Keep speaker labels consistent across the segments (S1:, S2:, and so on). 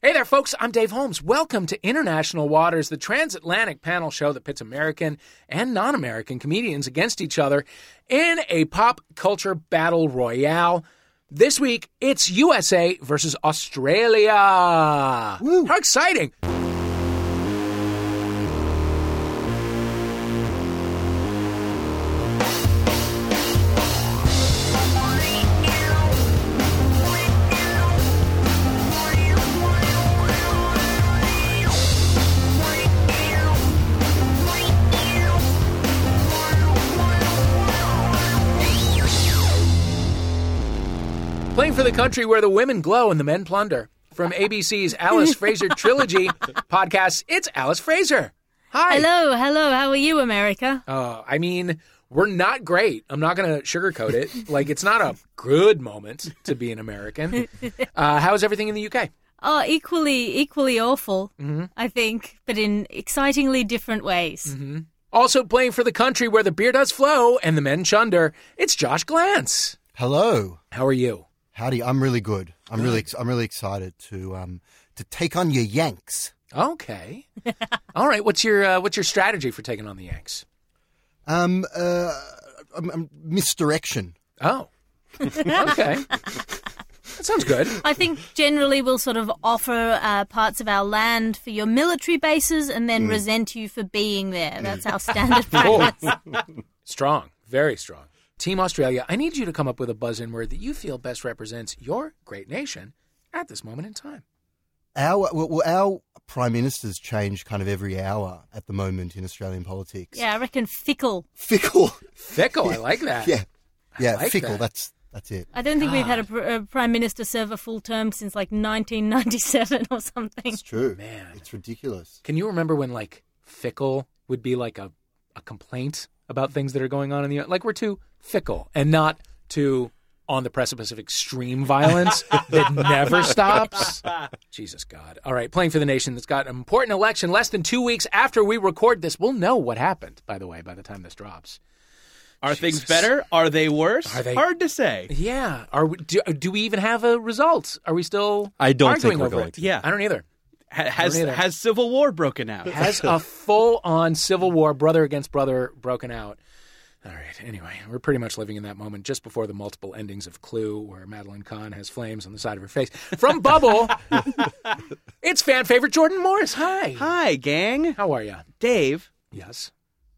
S1: Hey there, folks. I'm Dave Holmes. Welcome to International Waters, the transatlantic panel show that pits American and non American comedians against each other in a pop culture battle royale. This week, it's USA versus Australia. How exciting! Playing for the country where the women glow and the men plunder. From ABC's Alice Fraser Trilogy podcast, it's Alice Fraser. Hi.
S2: Hello, hello. How are you, America?
S1: Uh, I mean, we're not great. I'm not going to sugarcoat it. like, it's not a good moment to be an American. Uh, how's everything in the UK?
S2: Oh, equally, equally awful.
S1: mm-hmm.
S2: I think, but in excitingly different ways.
S1: Mm-hmm. Also playing for the country where the beer does flow and the men chunder. It's Josh Glantz.
S3: Hello,
S1: How are you?
S3: howdy. I'm really good. I'm really, ex- I'm really excited to um to take on your Yanks.
S1: Okay. All right. What's your uh, What's your strategy for taking on the Yanks?
S3: Um, uh, um, um, misdirection.
S1: Oh. Okay. that sounds good.
S2: I think generally we'll sort of offer uh, parts of our land for your military bases, and
S1: Mm.
S2: then resent you for being there. That's our standard practice.
S1: Strong. Very strong. Team Australia, I need you to come up with a buzz in word that you feel best represents your great nation at this moment in time.
S3: Our well, well, our prime ministers change kind of every hour at the moment in Australian politics.
S2: Yeah, I reckon fickle.
S3: fickle.
S1: Fickle. I like that.
S3: Yeah, yeah,
S1: like
S3: fickle.
S1: that.
S3: That's that's it.
S2: I don't think we've
S1: Ah.
S2: had a, pr- a prime minister serve a full term since like 1997 or something.
S3: It's true,
S1: Man.
S3: It's ridiculous.
S1: Can you remember when like fickle would be like a, a complaint about things that are going on in the like we're too fickle and not too on the precipice of extreme violence that never stops. Jesus God. All right, playing for the nation that's got an important election less than 2 weeks after we record this. We'll know what happened by the way by the time this drops.
S4: Are things better? Are they worse?
S1: Are they-
S4: Hard to say.
S1: Yeah, are we, do, do we even have a result? Are we still
S5: I don't think
S1: arguing
S5: we're
S1: over
S5: going
S1: it?
S5: to.
S4: Yeah.
S1: I don't either.
S4: Ha- Has
S1: either.
S4: has civil war broken out?
S1: has a full on civil war, brother against brother, broken out. All right. Anyway, we're pretty much living in that moment just before the multiple endings of Clue, where Madeline Kahn has flames on the side of her face. From Bubble, it's fan favorite Jordan Morris. Hi.
S4: Hi, gang.
S1: How are you?
S4: Dave.
S1: Yes.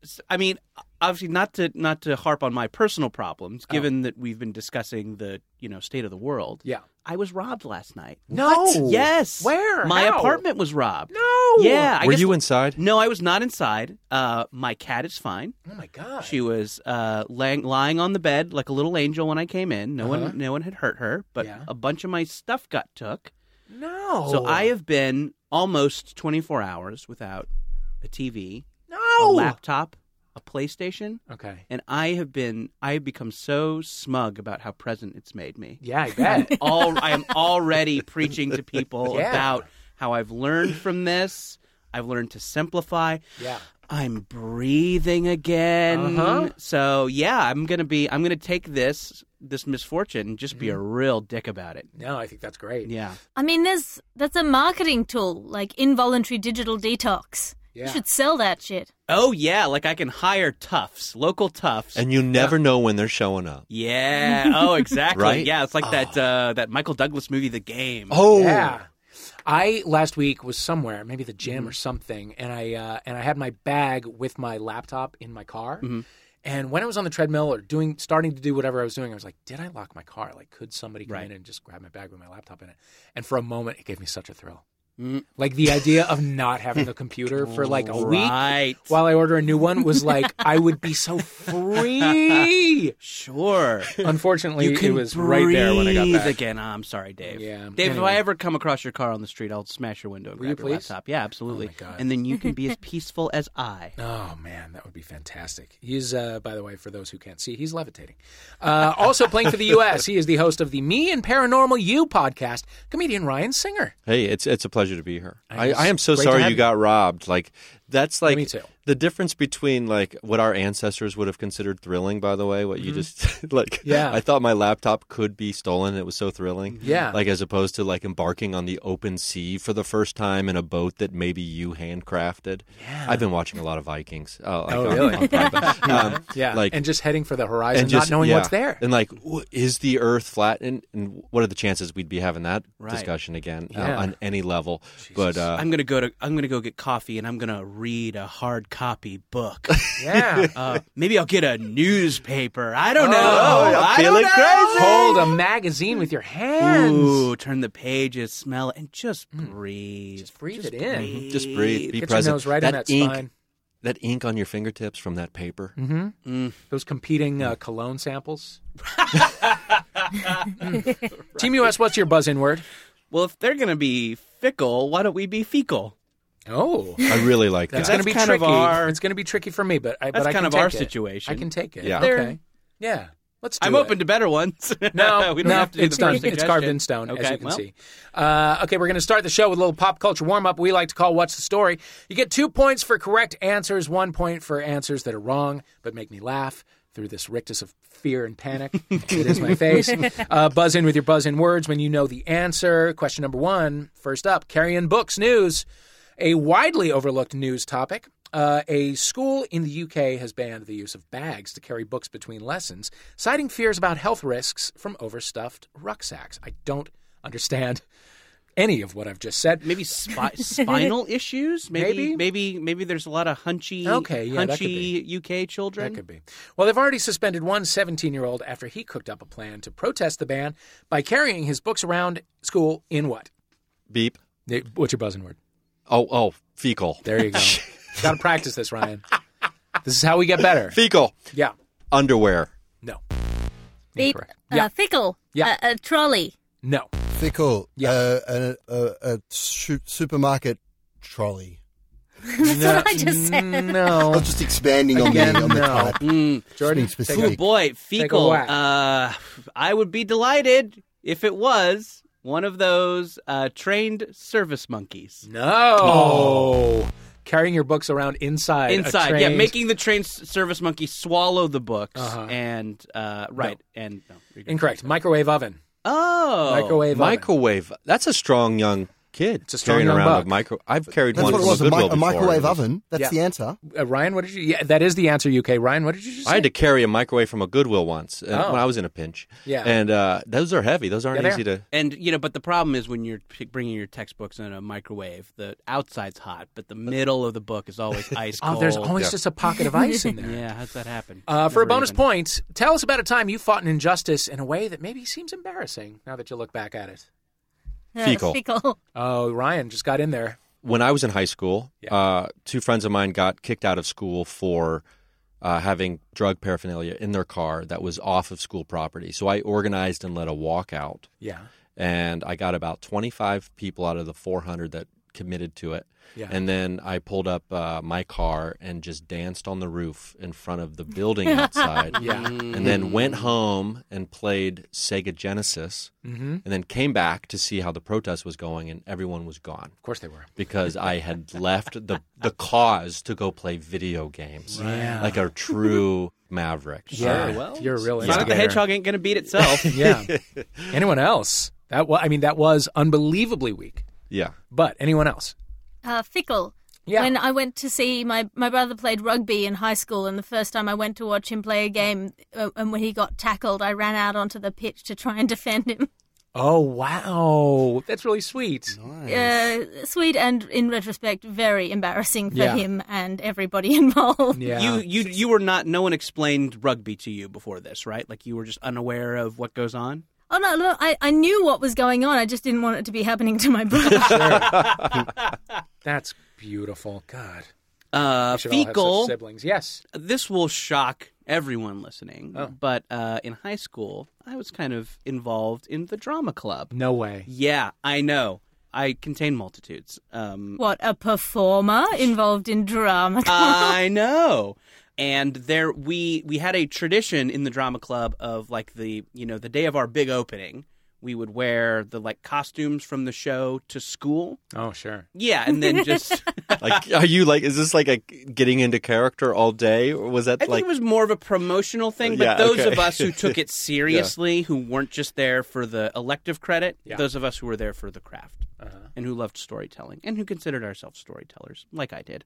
S4: s- I mean, obviously not to not to harp on my personal problems, given that we've been discussing the you know state of the world.
S1: Oh. Yeah.
S4: I was robbed last night.
S1: No.
S4: Yes.
S1: Where?
S4: My
S1: How?
S4: apartment was robbed.
S1: No.
S4: Yeah. I
S5: Were
S4: guess-
S5: you inside?
S4: No, I was not inside. Uh, my cat is fine.
S1: Oh my God.
S4: She was uh, laying, lying on the bed like a little angel when I came in. No
S1: Uh-huh.
S4: one, no one had hurt her, but
S1: Yeah.
S4: a bunch of my stuff got took.
S1: no.
S4: So I have been almost 24 hours without a TV,
S1: no.
S4: a laptop, a PlayStation,
S1: Okay.
S4: and I have been I have become so smug about how present it's made me.
S1: Yeah, I bet.
S4: All I am already preaching to people
S1: Yeah.
S4: about how I've learned from this. I've learned to simplify.
S1: yeah.
S4: I'm breathing again.
S1: Uh-huh.
S4: So yeah, I'm gonna be. I'm gonna take this this misfortune and just be a
S1: Mm-hmm.
S4: real dick about it.
S1: No, I think that's great.
S4: Yeah.
S2: I mean, there's that's a marketing tool like involuntary digital detox.
S1: Yeah.
S2: You should sell that shit.
S4: Oh yeah, like I can hire toughs, local toughs.
S5: And you never know when they're showing up.
S4: yeah. Oh, exactly.
S5: Right?
S4: Yeah, it's like that
S1: Ah.
S4: uh, that Michael Douglas movie, The Game.
S5: Oh,
S1: Yeah. I last week was somewhere, maybe the gym
S4: Mm-hmm.
S1: or something, and I uh, and I had my bag with my laptop in my car.
S4: Mm-hmm.
S1: And when I was on the treadmill or doing starting to do whatever I was doing, I was like, "Did I lock my car? Like, could somebody come in and just grab my bag with my laptop in it?" And for a moment, it gave me such a thrill.
S4: Mm.
S1: Like the idea of not having a computer for like a
S4: Right.
S1: week while I order a new one was like I would be so free.
S4: Sure.
S1: Unfortunately,
S4: you can
S1: it was right there when I got
S4: breathe
S1: back.
S4: again. Oh, I'm sorry, Dave.
S1: Yeah.
S4: Dave,
S1: Anyway.
S4: if I ever come across your car on the street, I'll smash your window and
S1: Will
S4: grab
S1: you
S4: your
S1: please?
S4: laptop. Yeah, absolutely.
S1: Oh, my God.
S4: And then you can be as peaceful as I.
S1: Oh man, that would be fantastic. He's, uh, by the way, for those who can't see, he's levitating. Uh, also playing for the U.S., he is the host of the Me and Paranormal You podcast. Comedian Ryan Singer.
S5: hey, it's it's a pleasure to be here. I,
S1: It's
S5: I am so
S1: great to
S5: sorry
S1: have
S5: you
S1: you.
S5: got robbed. Like That's like
S1: Me too.
S5: the difference between like what our ancestors would have considered thrilling. By the way, what you just like.
S1: Mm-hmm. Yeah.
S5: I thought my laptop could be stolen. It was so thrilling.
S1: Yeah.
S5: Like as opposed to like embarking on the open sea for the first time in a boat that maybe you handcrafted. Yeah. I've been watching a lot of Vikings. Oh, like
S1: Oh,
S5: on-
S1: really?
S5: on Prime. um,
S1: yeah,
S5: like-
S1: and just heading for the horizon,
S5: and just
S1: not knowing
S5: yeah.
S1: what's there.
S5: and like w- is the earth flat and, and what are the chances we'd be having that
S4: Right.
S5: discussion again uh,
S1: Yeah.
S5: on any level but uh,
S4: I'm gonna go to I'm gonna go get coffee and I'm gonna read a hard copy book.
S1: yeah,
S4: Uh, maybe I'll get a newspaper. I don't
S1: Oh,
S4: know.
S1: I'm
S4: I
S5: feeling
S4: don't
S5: crazy.
S1: hold a magazine with your hands.
S4: Ooh, turn the pages, smell, and just breathe.
S1: Mm. Just breathe it in. Mm-hmm.
S5: just breathe be
S1: Get
S5: present
S1: your nose right
S5: that
S1: in that
S5: ink
S1: spine. Mm-hmm.
S5: that ink on your fingertips from that paper
S1: Those competing uh, cologne samples. Mm. Team US, what's your buzz in word?
S4: Well, if they're gonna be fickle, why don't we be fecal?
S1: Oh,
S5: i really like that
S1: that's going to
S4: That's
S1: be
S4: kind of
S1: tricky.
S4: our-
S1: It's going to be tricky for me, but I,
S4: That's
S1: but I can
S4: kind of our
S1: take it.
S4: situation.
S1: I can take it.
S5: Yeah.
S1: Okay. Yeah. Let's do
S4: I'm
S1: it.
S4: open to better ones.
S1: No,
S4: we don't
S1: no,
S4: have to do
S1: it's
S4: the
S1: done.
S4: first
S1: It's carved
S4: suggestion.
S1: in stone, as
S4: Okay,
S1: you can
S4: well,
S1: see. Uh, okay, we're going to start the show with a little pop culture warm up. We like to call "What's the Story." You get two points for correct answers, one point for answers that are wrong but make me laugh through this rictus of fear and panic. it is my face. Uh, buzz in with your buzz in words when you know the answer. Question number one. First up, carrying books news a widely overlooked news topic. Uh, a school in the UK has banned the use of bags to carry books between lessons, citing fears about health risks from overstuffed rucksacks. I don't understand any of what I've just said.
S4: Maybe spi- spinal issues.
S1: Maybe.
S4: Maybe, maybe, maybe there's a lot of hunchy,
S1: Okay, yeah, that could
S4: hunchy UK children.
S1: That could be. Well, they've already suspended one 17 year old after he cooked up a plan to protest the ban by carrying his books around school in what?
S5: beep
S1: Nate, What's your buzzing word?
S5: oh oh fecal
S1: There you go. Got to practice this, Ryan. This is how we get better.
S5: fecal
S1: Yeah.
S5: underwear
S1: No.
S2: Beep.
S1: Incorrect.
S2: Uh,
S1: Yeah.
S2: Fickle.
S1: Yeah.
S2: Uh, a trolley.
S1: No.
S3: Fickle.
S1: Yeah.
S3: Uh, a, a, a su- supermarket trolley.
S2: That's what I just said.
S3: I
S1: No.
S3: was just expanding on
S1: Again,
S3: the, on the
S1: no.
S3: type.
S4: Mm.
S1: Jordan,
S3: Speak
S1: take
S4: Ooh,
S1: it.
S3: specific.
S4: boy, fecal.
S1: whack.
S4: Uh, I would be delighted if it was one of those uh, trained service monkeys.
S1: No. Oh. Carrying your books around inside. a
S4: Inside, yeah,
S1: trained-
S4: making the trained s- service monkey swallow the books
S1: Uh-huh.
S4: and uh, right and no, you're good.
S1: Incorrect. Microwave oven.
S4: oh,
S1: Microwave oven.
S5: microwave that's a strong young kid
S1: It's a strong
S5: carrying
S1: young
S5: around
S1: buck.
S5: a micro i've carried
S3: That's
S5: one
S3: what it
S5: from
S3: was,
S5: a
S3: a, mi-
S5: Goodwill
S3: a
S5: before.
S3: microwave oven. That's
S1: Yeah.
S3: the answer.
S1: Uh, Ryan, what did you? Yeah, that is the answer. UK. Ryan, what did you just say?
S5: I had to carry a microwave from a Goodwill once uh,
S1: Oh.
S5: when I was in a pinch.
S1: Yeah.
S5: and uh, those are heavy. Those aren't
S1: Yeah, they
S5: easy
S1: are.
S5: to.
S4: And you know, but the problem is when you're p- bringing your textbooks in a microwave, the outside's hot, but the middle of the book is always ice
S1: Oh,
S4: cold.
S1: there's always just a pocket of ice in there.
S4: yeah. How's that happen?
S1: Uh, for a
S4: Never
S1: bonus
S4: even.
S1: point, tell us about a time you fought an injustice in a way that maybe seems embarrassing now that you look back at it.
S2: Uh,
S5: Fecal.
S2: Fickle.
S1: Oh, Ryan just got in there.
S5: When I was in high school,
S1: Yeah.
S5: uh, two friends of mine got kicked out of school for uh, having drug paraphernalia in their car that was off of school property. So I organized and led a walkout,
S1: Yeah.
S5: and I got about 25 people out of the 400 that committed to it.
S1: Yeah.
S5: And then I pulled up uh, my car and just danced on the roof in front of the building outside.
S1: Yeah.
S5: and then went home and played Sega Genesis,
S1: Mm-hmm.
S5: and then came back to see how the protest was going, and everyone was gone
S1: Of course they were.
S5: because I had left the the cause to go play video games,
S1: Yeah.
S5: like a true maverick.
S1: Yeah.
S5: Uh,
S4: well,
S1: you're a real
S4: Sonic the
S1: instigator.
S4: Hedgehog ain't gonna beat itself.
S1: Yeah. anyone else? That wa- I mean, that was unbelievably weak.
S5: yeah.
S1: But anyone else?
S2: Uh, fickle.
S1: Yeah.
S2: When I went to see my my brother played rugby in high school, and the first time I went to watch him play a game, uh, and when he got tackled, I ran out onto the pitch to try and defend him.
S1: Oh wow, that's really sweet.
S2: Uh, sweet and, in retrospect, very embarrassing for
S1: Yeah.
S2: him and everybody involved.
S1: Yeah,
S4: You you you were not. No one explained rugby to you before this, right? Like you were just unaware of what goes on.
S2: Oh no, look, I, I knew what was going on. I just didn't want it to be happening to my brother.
S1: that's beautiful. God, we should
S4: Uh,
S1: all have such
S4: fecal.
S1: siblings. Yes.
S4: this will shock everyone listening, but uh, in high school, I was kind of involved in the drama club.
S1: No way.
S4: Yeah, I know. I contain multitudes. Um,
S2: what a performer involved in drama.
S4: I know. And there we we had a tradition in the drama club of like the you know the day of our big opening, we would wear the like costumes from the show to school.
S1: Oh, sure.
S4: Yeah, and then just
S5: Like, are you like? Is this like a getting into character all day, or was that
S4: I think
S5: like?
S4: it was more of a promotional thing, but
S5: Yeah,
S4: those
S5: okay.
S4: of us who took it seriously, who weren't just there for the elective credit,
S1: Yeah.
S4: those of us who were there for the craft and who loved storytelling and who considered ourselves storytellers, like I did.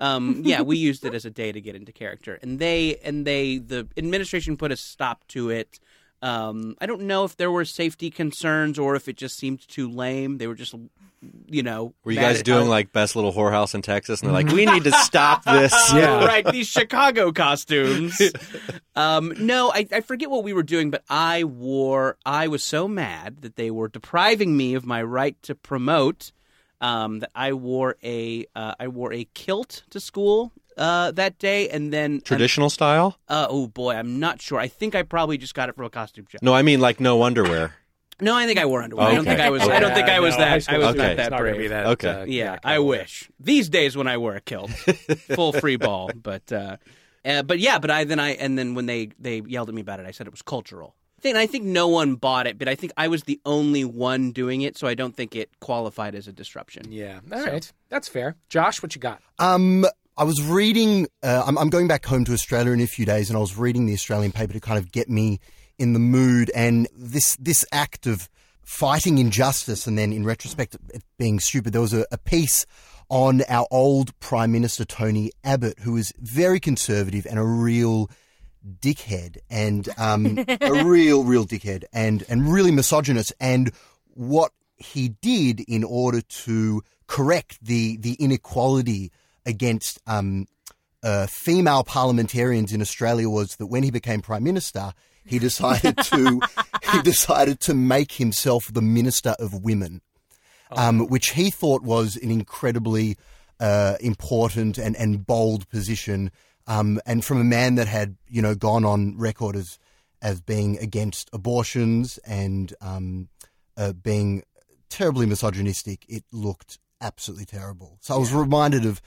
S4: Um, yeah, we used it as a day to get into character, and they and they the administration put a stop to it. Um, I don't know if there were safety concerns or if it just seemed too lame. They were just, you know,
S5: were you
S4: mad
S5: guys
S4: at how-
S5: doing like best little whorehouse in Texas? And they're like, we need to stop this.
S1: Yeah.
S4: right, these Chicago costumes. um, no, I, I forget what we were doing, but I wore. I was so mad that they were depriving me of my right to promote. Um, that I wore a uh, I wore a kilt to school uh, that day, and then
S5: Traditional style?
S4: Uh, oh boy, I'm not sure. I think I probably just got it from a costume shop.
S5: No, I mean like no underwear.
S4: No, I think I wore underwear. I don't
S5: Okay.
S4: think I was. I don't think I was
S1: no, high
S4: that.
S1: school
S4: I was
S5: Okay.
S4: not
S1: It's
S4: that
S1: not
S4: brave.
S1: gonna be that.
S5: Okay.
S1: uh,
S4: Yeah,
S1: that
S4: I
S1: kind of-
S4: wish. These days when I wear a kilt, full free ball, but uh, uh, but yeah, but I then I and then when they they yelled at me about it, I said it was cultural. Then I think no one bought it, but I think I was the only one doing it, so I don't think it qualified as a disruption.
S1: Yeah. All right. That's fair. Josh, what you got?
S3: Um, I was reading. Uh, I'm, I'm going back home to Australia in a few days, and I was reading the Australian paper to kind of get me in the mood. And this this act of fighting injustice, and then in retrospect, it being stupid. There was a, a piece on our old Prime Minister Tony Abbott, who was very conservative and a real dickhead and um, a real, real dickhead and, and really misogynist. And what he did in order to correct the, the inequality against um, uh, female parliamentarians in Australia was that when he became prime minister, he decided to he decided to make himself the minister of women um, which he thought was an incredibly uh, important and, and bold position. Um, and from a man that had, you know, gone on record as, as being against abortions and um, uh, being terribly misogynistic, it looked absolutely terrible. So I was reminded of,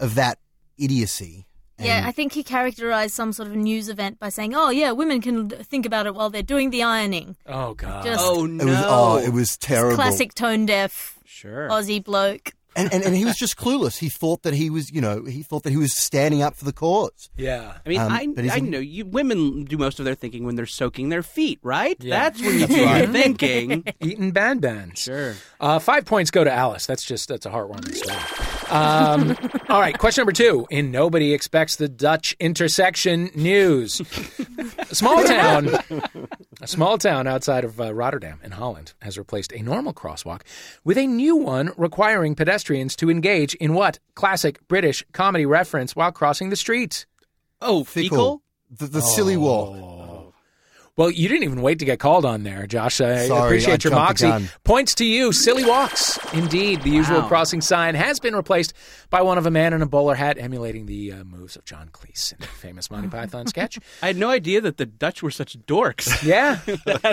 S3: of that idiocy.
S2: Yeah, I think he characterized some sort of news event by saying, "Oh yeah, women can think about it while they're doing the ironing."
S1: Oh God.
S2: Just
S4: Oh no!
S3: It was oh, it was terrible.
S2: classic tone deaf
S4: sure.
S2: Aussie bloke.
S3: And, and and he was just clueless. He thought that he was, you know, he thought that he was standing up for the cause.
S1: yeah.
S4: I mean,
S3: Um,
S4: I,
S3: but
S4: I
S3: isn't-
S4: know you women do most of their thinking when they're soaking their feet, right?
S1: Yeah.
S4: That's when you do your thinking.
S1: Eating band bands.
S4: Sure.
S1: Uh, five points go to Alice. That's just that's a heartwarming story. Um, all right, question number two. In nobody expects the Dutch intersection news. A small town, a small town outside of uh, Rotterdam in Holland has replaced a normal crosswalk with a new one requiring pedestrians to engage in what classic British comedy reference while crossing the street.
S4: Oh, fecal.
S3: The, the silly wall.
S1: Well, you didn't even wait to get called on there, Josh. I
S3: Sorry, I
S1: appreciate your
S3: jumped the
S1: moxie.
S3: gun.
S1: Points to you, silly walks. Indeed, the usual
S4: Wow.
S1: crossing sign has been replaced by one of a man in a bowler hat emulating the uh, moves of John Cleese in the famous Monty Python sketch.
S4: I had no idea that the Dutch were such dorks.
S1: Yeah.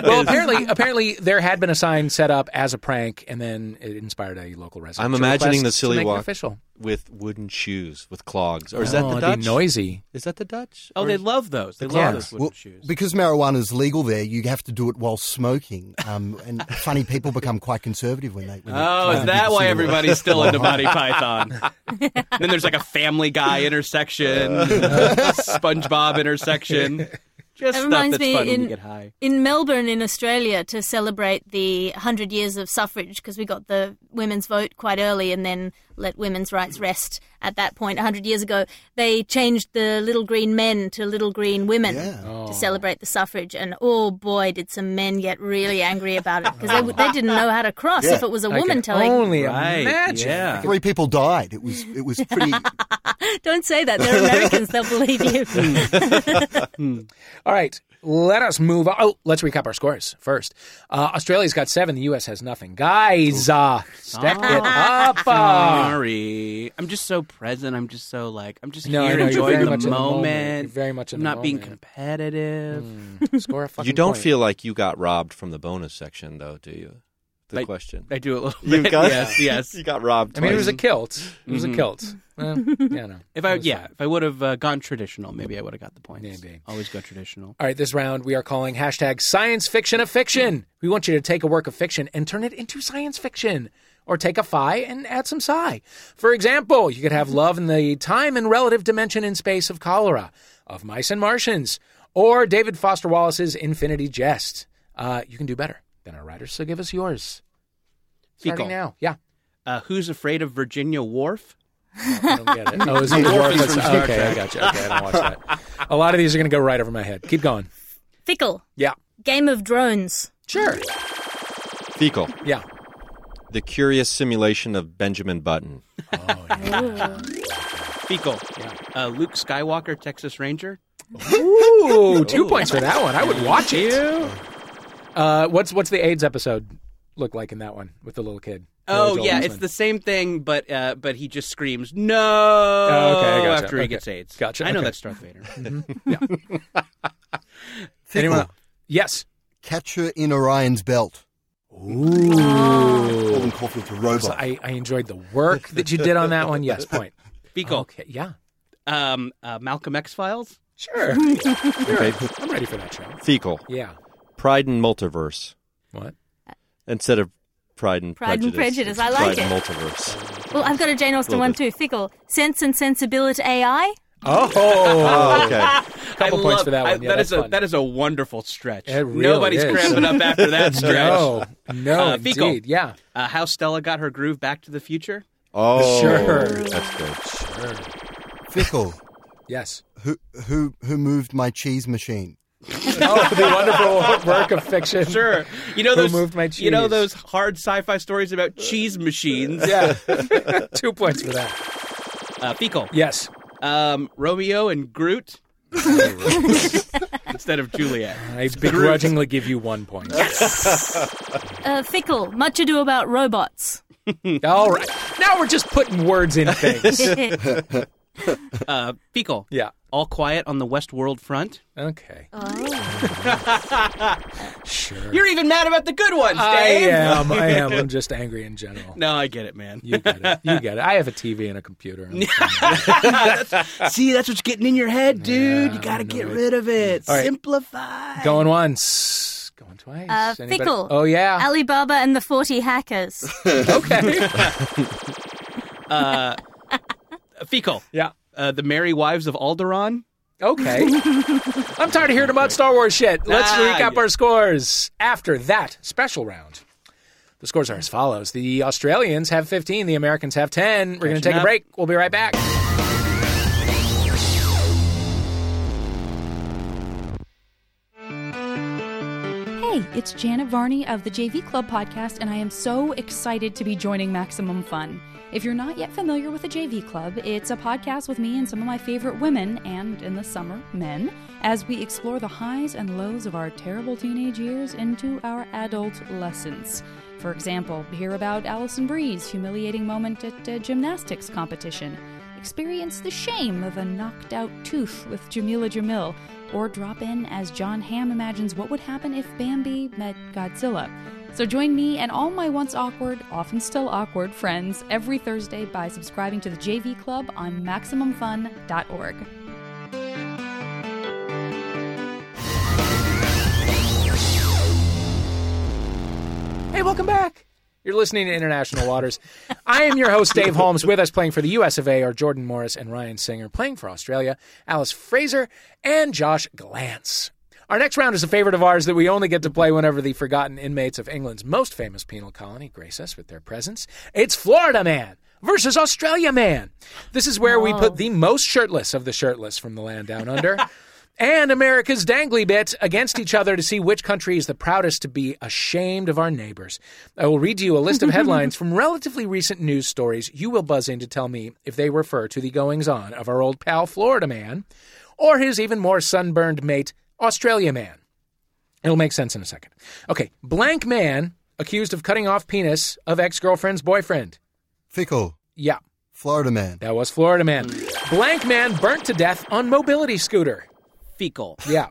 S1: well, apparently, apparently there had been a sign set up as a prank, and then it inspired a local resident.
S5: I'm
S1: to
S5: imagining
S1: request
S5: the
S1: to
S5: silly
S1: make it
S5: walk
S1: official.
S5: with wooden shoes with clogs, or is
S1: Oh,
S5: that the
S1: it'd
S5: Dutch?
S1: be noisy.
S5: Is that the Dutch?
S4: Oh,
S5: Or
S4: they
S5: is-
S4: love those. They
S1: Yeah.
S4: love those wooden
S3: Well,
S4: shoes.
S3: because marijuana is legal there, you have to do it while smoking. Um, and funny people become quite conservative when they. When they try
S4: Oh,
S3: to
S4: is
S3: do
S4: that
S3: the
S4: why
S3: silly
S4: everybody's still into Monty Python? then there's like a Family Guy intersection, uh, SpongeBob intersection. Just
S2: That
S4: stuff
S2: reminds
S4: that's
S2: me
S4: fun when
S2: in-
S4: you get high.
S2: in Melbourne, in Australia, to celebrate the 100 years of suffrage because we got the women's vote quite early and then let women's rights rest at that point 100 years ago. They changed the little green men to little green women to celebrate the suffrage. And oh boy, did some men get really angry about it because they, w- they didn't know how to cross
S3: Yeah.
S2: if it was a
S1: I
S2: woman
S1: can
S2: telling.
S1: only
S4: Right,
S1: imagine.
S4: yeah.
S3: Three people died. It was it was pretty.
S2: Don't say that. They're Americans. They'll believe you.
S1: All right, let us move on. Oh, let's recap our scores first. Uh, Australia's got seven. The U.S. has nothing. Guys, uh, step it
S4: Ah.
S1: up. Uh.
S4: Sorry, I'm just so present. I'm just so like I'm just
S1: No, I
S4: here
S1: know, you're
S4: enjoying
S1: very
S4: the,
S1: much in the
S4: moment.
S1: moment. You're very much in
S4: I'm
S1: the
S4: not being
S1: moment. Mm.
S4: competitive.
S1: Score a fucking
S5: You don't
S1: point.
S5: feel like you got robbed from the bonus section, though, do you? the
S4: I-
S5: question.
S4: I do a little
S5: You
S4: bit.
S5: got
S4: yes, yes.
S5: you got robbed.
S1: I mean, it was a
S5: twice.
S1: kilt. It
S5: Mm-hmm.
S1: was a kilt. Well, yeah, no.
S4: If I
S1: It was
S4: yeah,
S1: fine.
S4: if I would have uh, gone traditional, maybe I would have got the points.
S1: Maybe.
S4: always go traditional.
S1: All right, this round we are calling hashtag science fiction of fiction. We want you to take a work of fiction and turn it into science fiction, or take a fi and add some psi. For example, you could have love in the time and relative dimension in space of cholera, of mice and Martians, or David Foster Wallace's Infinity Jest. Uh, you can do better than our writers, so give us yours. Starting
S4: Fecal.
S1: now, yeah.
S4: Uh, who's afraid of Virginia Wharf?
S1: I don't get it. Oh, is it
S4: Worf is
S1: Worf?
S4: from Star
S1: Okay, I got you. Okay, I don't watch that. A lot of these are going to go right over my head. Keep going.
S2: Fickle.
S1: Yeah.
S2: Game of Drones.
S1: Sure.
S5: fecal.
S1: Yeah.
S5: The curious simulation of Benjamin Button.
S4: Fecal. Uh, Luke Skywalker, Texas Ranger.
S1: Ooh, two points for that one. I would watch it. Uh, what's what's the AIDS episode look like in that one with the little kid? The
S4: Oh
S1: Joel
S4: yeah,
S1: Osment.
S4: it's the same thing, but uh, but he just screams no
S1: I gotcha.
S4: after
S1: Oh, Okay.
S4: he gets AIDS.
S1: Gotcha.
S4: I know
S1: Okay.
S4: that's Darth Vader.
S1: Anyone
S3: Fickle.
S1: else? Yes.
S3: Catcher in Orion's Belt.
S1: Ooh.
S3: Holden Caulfield to robot.
S1: I, I enjoyed the work that you did on that one. Yes, point.
S4: Fecal.
S1: Okay, yeah.
S4: Um, uh, Malcolm X Files.
S1: Sure.
S5: Okay.
S1: I'm ready for that show.
S5: Fecal.
S1: Yeah.
S5: Pride and Multiverse
S1: What?
S5: instead of Pride and
S2: Pride and
S5: Prejudice.
S2: Prejudice.
S5: it's
S2: I like
S5: Pride and
S2: it.
S5: Multiverse.
S2: Well, I've got a Jane Austen
S5: Little
S2: one
S5: bit.
S2: too. Fickle. Sense and Sensibility AI.
S1: Oh.
S5: Oh, okay.
S1: Couple
S4: I
S1: points
S4: love-
S1: for that
S4: I-
S1: one. Yeah,
S4: that
S1: that's
S4: is a
S1: fun.
S4: that is a wonderful stretch.
S1: It really
S4: Nobody's
S1: is.
S4: cramming up after that stretch.
S1: No, no,
S4: Uh, fecal.
S1: indeed. Yeah.
S4: Uh, how Stella got her groove back to the future.
S5: Oh,
S1: Sure.
S5: That's good.
S3: Fickle.
S1: Yes.
S3: Who, who, who moved my cheese machine?
S1: Oh, the wonderful work of fiction.
S4: Sure, you know
S1: Who
S4: those
S1: moved my
S4: you know
S1: cheese?
S4: those hard sci-fi stories about cheese machines.
S1: Yeah. Two points for that.
S4: Uh, fecal.
S1: Yes.
S4: Um, Romeo and Groot instead of Juliet.
S1: I begrudgingly give you one point.
S2: Uh, fickle. Much ado about robots.
S1: All right. Now we're just putting words in things.
S2: oh,
S4: Uh, fecal.
S1: yeah.
S4: All quiet on the West World Front.
S1: Okay.
S2: Oh.
S1: Sure.
S4: You're even mad about the good ones,
S1: I
S4: Dave.
S1: am. I am. I'm just angry in general.
S4: No, I get it, man.
S1: You get it. You get it. I have a TV and a computer. I'm
S4: See, that's what's getting in your head, dude.
S1: Yeah,
S4: you got
S1: I
S4: to
S1: know
S4: get
S1: it.
S4: rid of it.
S1: All right.
S4: Simplify.
S1: going once. Going twice.
S2: Uh,
S1: Anybody-
S2: Fickle.
S1: Oh yeah.
S2: Alibaba and the 40 Hackers.
S1: Okay.
S4: Uh, fecal.
S1: yeah.
S4: Uh, the Merry Wives of Alderaan.
S1: Okay. I'm tired of hearing about Star Wars shit. Let's
S4: Ah,
S1: recap
S4: yeah.
S1: our scores after that special round. The scores are as follows. The Australians have 15, the Americans have 10. We're going to
S4: Catching
S1: take a
S4: up.
S1: break. We'll be right back.
S6: Hey, it's Janet Varney of the JV Club podcast, and I am so excited to be joining Maximum Fun. If you're not yet familiar with the JV Club, it's a podcast with me and some of my favorite women, and in the summer, men, as we explore the highs and lows of our terrible teenage years into our adult lessons. For example, hear about Allison Bree's humiliating moment at a gymnastics competition experience the shame of a knocked out tooth with Jamila Jamil, or drop in as John Hamm imagines what would happen if Bambi met Godzilla. So join me and all my once awkward, often still awkward friends every Thursday by subscribing to the JV Club on MaximumFun.org.
S1: Hey, welcome back. You're listening to International Waters. I am your host, Dave Holmes. With us playing for the US of A are Jordan Morris and Ryan Singer, playing for Australia, Alice Fraser, and Josh Glantz. Our next round is a favorite of ours that we only get to play whenever the forgotten inmates of England's most famous penal colony grace us with their presence. It's Florida Man versus Australia Man. This is where we
S2: Whoa.
S1: put the most shirtless of the shirtless from the land down under. and America's dangly bit against each other to see which country is the proudest to be ashamed of our neighbors. I will read to you a list of headlines from relatively recent news stories. You will buzz in to tell me if they refer to the goings on of our old pal Florida man or his even more sunburned mate, Australia man. It'll make sense in a second. Okay, blank man accused of cutting off penis of ex girlfriend's boyfriend.
S3: Fickle.
S1: Yeah,
S3: Florida man.
S1: that was Florida man. Blank man burnt to death on mobility scooter.
S4: Fecal.
S1: Yeah.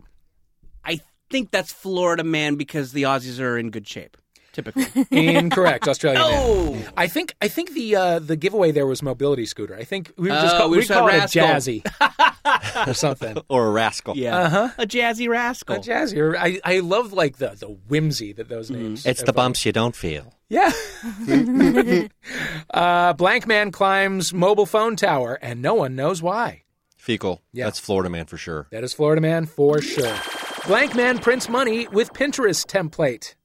S4: I think that's Florida man because the Aussies are in good shape. typically.
S1: Incorrect, Australian.
S4: Oh!
S1: man. I think I think the uh, the giveaway there was mobility scooter. I think we would just
S4: Oh,
S1: call,
S4: we
S1: we'd
S4: said
S1: call it a
S4: rascal.
S1: jazzy or something.
S5: or a rascal.
S4: Yeah. Uh-huh. A jazzy rascal.
S1: A jazzy. Or I I love like the the whimsy that those
S4: Mm-hmm.
S1: names.
S5: It's the
S1: evoke.
S5: bumps you don't feel.
S1: Yeah. uh, blank man climbs mobile phone tower and no one knows why.
S5: Fecal.
S1: Yeah.
S5: That's Florida man for sure.
S1: That is Florida man for sure. Blank man prints money with Pinterest template.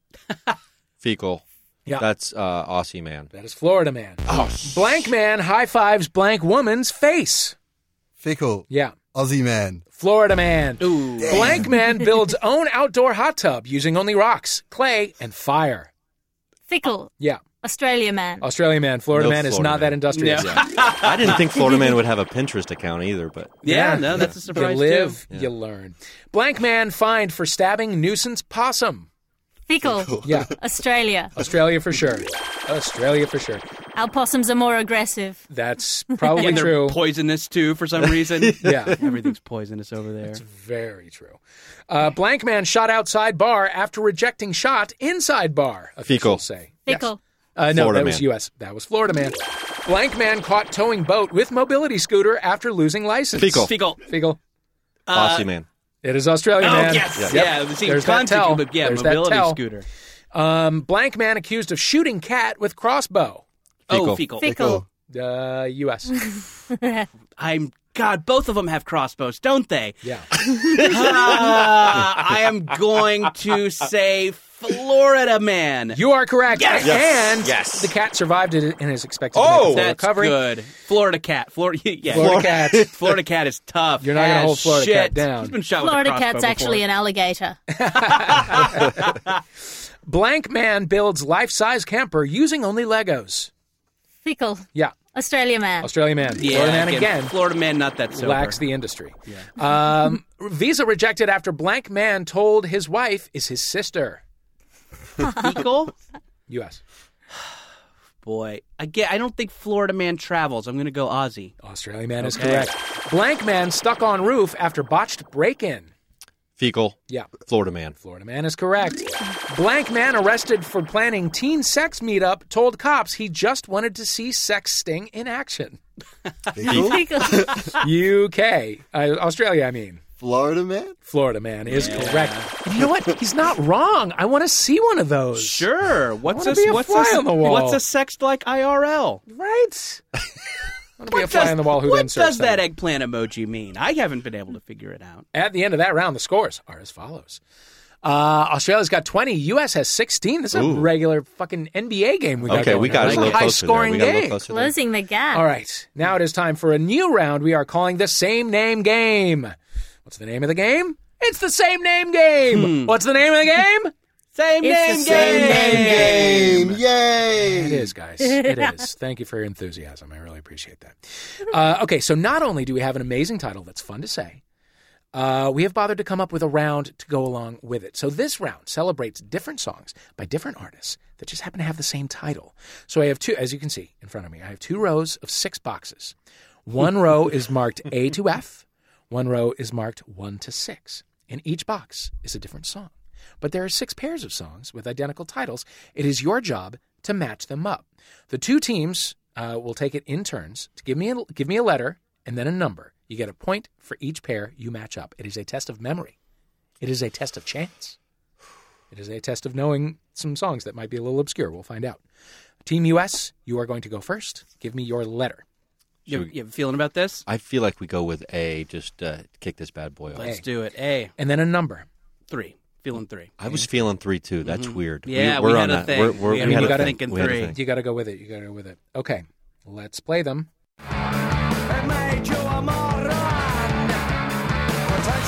S5: Fecal.
S1: Yeah.
S5: That's uh, Aussie man.
S1: That is Florida man. Oh, blank man high fives blank woman's face.
S3: Fickle.
S1: Yeah.
S3: Aussie man.
S1: Florida man.
S4: Ooh.
S1: Blank man builds own outdoor hot tub using only rocks, clay, and fire.
S2: Fickle,
S1: Yeah.
S2: Australia man.
S1: Australia man. Florida
S5: No
S1: man is
S5: Florida
S1: not that
S5: man.
S1: industrious.
S4: No.
S5: I didn't think Florida man would have a Pinterest account either, but
S4: Yeah, no, that's a surprise
S1: You live,
S4: too.
S1: you learn. Blank man fined for stabbing nuisance possum.
S2: Fickle,
S1: Yeah.
S2: Australia.
S1: Australia for sure. Australia for sure.
S2: Our possums are more aggressive.
S1: That's probably
S4: And they're
S1: true.
S4: poisonous too for some reason.
S1: Yeah.
S4: Everything's poisonous over there.
S1: Very true. Uh, blank man shot outside bar after rejecting shot inside bar.
S5: Fecal.
S1: officials Say. Yes.
S2: Fickle,
S1: Uh, no,
S5: Florida
S1: that was
S5: man.
S1: U.S. That was Florida man. Blank man caught towing boat with mobility scooter after losing license.
S5: Fecal.
S4: Fecal.
S1: Fecal.
S5: Aussie man.
S1: It is Australia
S4: Oh
S1: man.
S4: yes,
S1: Yep.
S4: yeah. See,
S1: There's that
S4: context,
S1: tell.
S4: but yeah,
S1: There's that
S4: mobility
S1: tell.
S4: scooter.
S1: Um, blank man accused of shooting cat with crossbow.
S4: Oh,
S5: Fecal.
S2: fickle,
S4: fecal.
S1: Uh, U.S.
S4: I'm God. Both of them have crossbows, don't they?
S1: Yeah.
S4: Ah, I am going to say Florida man.
S1: You are correct.
S4: Yes!
S5: Yes.
S1: And
S5: Yes.
S1: the cat survived it and is expected to
S5: Oh!
S1: make a full
S4: That's
S1: recovery.
S4: good. Florida cat. Florida. Yeah.
S1: Florida cat.
S4: Florida cat is tough.
S1: You're not gonna
S4: as
S1: hold Florida
S4: shit.
S1: cat down.
S4: He's been shot with a
S2: Florida
S4: crossbow
S2: cat's actually
S4: before.
S2: an alligator.
S1: Blank man builds life-size camper using only Legos.
S2: Fickle,
S1: Yeah.
S2: Australia man.
S1: Australia man.
S4: yeah,
S1: Florida man again.
S4: Florida man, not that sober.
S1: Lacks the industry. Um, visa rejected after blank man told his wife is his sister.
S4: fecal.
S1: U.S.
S4: Boy, I get. I don't think Florida man travels. I'm gonna go Aussie.
S1: Australia man is
S4: Okay.
S1: correct. Blank man stuck on roof after botched break-in.
S5: Fecal.
S1: Yeah.
S5: Florida man.
S1: Florida man is correct. Blank man arrested for planning teen sex meetup told cops he just wanted to see sex sting in action.
S3: Fickle.
S2: Fickle,
S1: UK, uh, Australia, I mean.
S3: Florida man.
S1: Florida man is correct. And you know what? He's not wrong. I want to see one of those.
S4: Sure. What's
S1: wanna
S4: a
S1: be a
S4: what's
S1: fly
S4: a,
S1: on the wall.
S4: what's a sext like IRL?
S1: Right? I want to be a
S4: What
S1: fly
S4: does-
S1: on the wall who
S4: what
S1: then serves
S4: does that
S1: them.
S4: eggplant emoji mean? I haven't been able to figure it out.
S1: At the end of that round, the scores are as follows. Uh, Australia's got 20. U.S. has 16. This is
S5: Ooh.
S1: a regular fucking NBA game we got
S5: Okay,
S1: going
S5: we
S1: here.
S5: got
S1: This
S5: a
S1: is
S5: little closer there.
S1: high-scoring
S5: We got a little
S1: game.
S5: closer there.
S2: closing the gap.
S1: All right. Now it is time for a new round we are calling the same name game. What's the name of the game? It's the same name game.
S5: Hmm.
S1: What's the name of the game?
S4: Same
S2: It's
S4: name
S2: the same
S4: game.
S2: name
S3: Game. Yay.
S1: It is, guys. It is. Thank you for your enthusiasm. I really appreciate that. Uh, okay, so not only do we have an amazing title that's fun to say, uh, we have bothered to come up with a round to go along with it. So this round celebrates different songs by different artists that just happen to have the same title. So I have two, as you can see in front of me, I have two rows of six boxes. One row is marked A to F, one row is marked 1 to 6. In each box is a different song. But there are six pairs of songs with identical titles. It is your job to match them up. The two teams uh, will take it in turns to give me a, give me a letter and then a number. You get a point for each pair you match up. It is a test of memory. It is a test of chance. It is a test of knowing some songs that might be a little obscure. We'll find out. Team US, you are going to go first. Give me your letter.
S4: You, you have a feeling about this?
S1: Uh,
S5: I feel like we go with A just uh, kick this bad boy off.
S4: Let's do it. A
S1: And then a number.
S4: three. Feeling three.
S5: I was feeling three too. That's weird.
S4: Mm-hmm. Yeah,
S5: we,
S4: we
S5: we're
S4: had
S5: on
S4: a
S5: that.
S4: thing.
S5: We're, we're,
S4: We
S5: we
S1: had
S5: had
S1: a
S5: a
S1: thing.
S4: Thinking
S5: We had a
S4: three.
S5: thing.
S1: You got to go with it. You got to go with it. Okay, let's play them.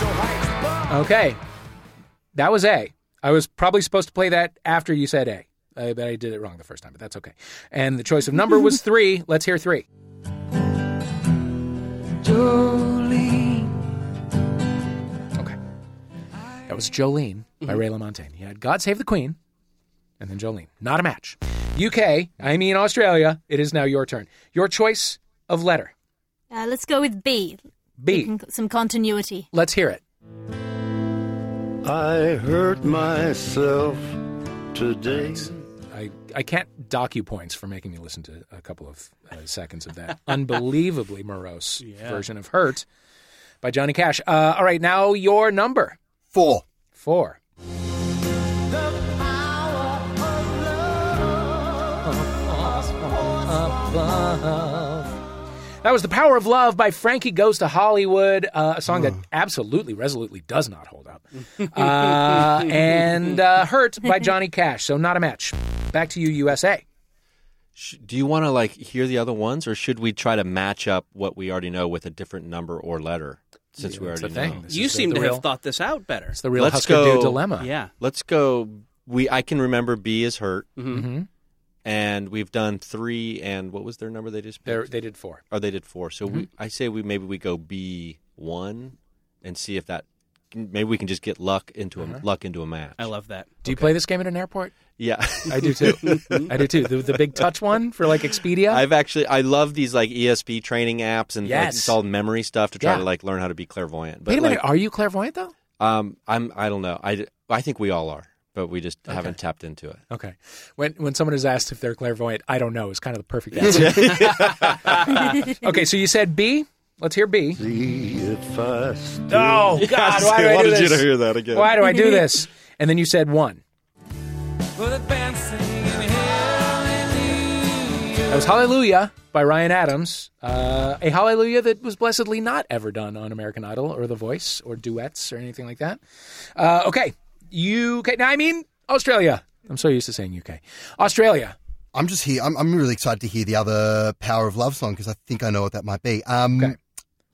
S1: Okay, that was A. I was probably supposed to play that after you said A. I bet I did it wrong the first time, but that's okay. And the choice of number was three. Let's hear three. Jolene. Okay. That was Jolene by Ray LaMontagne. You had God Save the Queen and then Jolene. Not a match. UK, I mean Australia, it is now your turn. Your choice of letter.
S2: Uh, let's go with B.
S1: B.
S2: Con- Some continuity.
S1: Let's hear it.
S7: I hurt myself today.
S1: I can't dock you points for making me listen to a couple of uh, seconds of that unbelievably morose version of Hurt by Johnny Cash. Uh, all right, now your number
S3: Four.
S1: four. That was The Power of Love by Frankie Goes to Hollywood, uh, a song that absolutely, resolutely does not hold up. Uh, and uh, Hurt by Johnny Cash, so not a match. Back to you, USA.
S5: Sh- Do you want to like hear the other ones, or should we try to match up what we already know with a different number or letter? Since we
S1: That's
S5: already
S1: the thing.
S5: know,
S1: This
S4: You
S1: is the-
S4: seem
S1: the
S4: to
S1: real,
S4: have thought this out better.
S1: It's the real
S5: Let's
S1: Husker
S5: go-
S1: Du dilemma.
S4: Yeah. Mm-hmm.
S5: let's go. We I can remember B is hurt, Mm-hmm.
S1: hmm
S5: and we've done three. And what was their number they just picked?
S1: They're, they did four.
S5: or they did four. So we,
S4: Mm-hmm.
S5: I say we maybe we go B one and see if that maybe we can just get luck into a luck into a match.
S4: Uh-huh. I love that.
S1: Do you play this game at an airport?
S5: yeah.
S1: I do too. I do too. The, the big touch one for like Expedia.
S5: I've actually I love these like ESP training apps and like,
S1: Yes.
S5: it's all memory stuff to try
S1: Yeah.
S5: to like learn how to be clairvoyant. But
S1: Wait a
S5: like,
S1: minute. Are you clairvoyant though?
S5: um, I'm I don't know. I I think we all are, but we just haven't tapped into it.
S1: Okay. When when someone is asked if they're clairvoyant, I don't know is kind of the perfect answer. okay, so you said B. Let's hear B. Oh God! Why do I do this?
S5: that again.
S1: Why do I do this? And then you said one. That was Hallelujah by Ryan Adams, uh, a Hallelujah that was blessedly not ever done on American Idol or The Voice or duets or anything like that. Uh, okay, UK. Now I mean Australia. I'm so used to saying UK. Australia.
S3: I'm just here. I'm, I'm really excited to hear the other Power of Love song because I think I know what that might be. Um,
S1: Okay.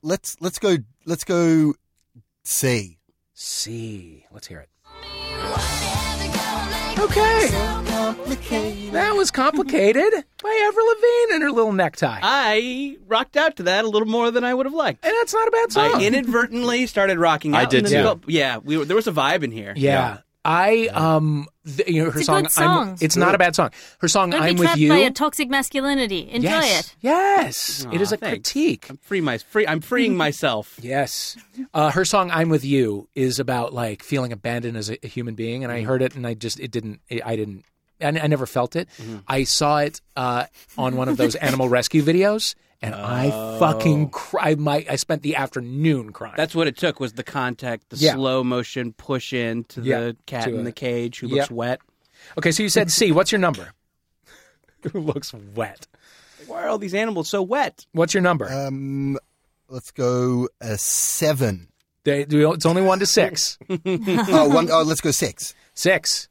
S3: Let's let's go. Let's go. C.
S1: C. Let's hear it. Okay. That was complicated by Avril Lavigne and her little necktie.
S4: I rocked out to that a little more than I would have liked.
S1: and that's not a bad song.
S4: I inadvertently started rocking out.
S5: I did
S4: and then
S5: too.
S4: felt- yeah, we were, there was a vibe in here.
S1: Yeah. I um th- you know her
S2: It's a
S1: song,
S2: good
S1: I'm-
S2: song.
S1: it's not a bad song. Her song
S2: Don't
S1: I'm
S2: be
S1: with
S2: trapped
S1: you.
S2: by your toxic masculinity. Enjoy
S1: yes.
S2: it.
S1: Yes. it is
S4: Aw,
S1: a
S4: thanks.
S1: critique.
S4: I'm free my free. I'm freeing myself.
S1: Yes. Uh, her song I'm with you is about like feeling abandoned as a, a human being and I
S4: Mm-hmm.
S1: heard it and I just it didn't it, I didn't I, I never felt it.
S4: Mm-hmm.
S1: I saw it uh, on one of those animal rescue videos and I fucking cry my I spent the afternoon crying.
S4: Oh. That's what it took was the contact, the
S1: Yeah.
S4: slow motion push in to
S1: Yeah,
S4: the cat
S1: to
S4: in
S1: it.
S4: the cage who
S1: Yep.
S4: looks wet.
S1: Okay, so you said C. What's your number? Who looks wet?
S4: Why are all these animals so wet?
S1: What's your number?
S3: Um, let's go uh, seven.
S1: They, do- it's only one to six.
S3: oh, one, oh, let's go six.
S1: six.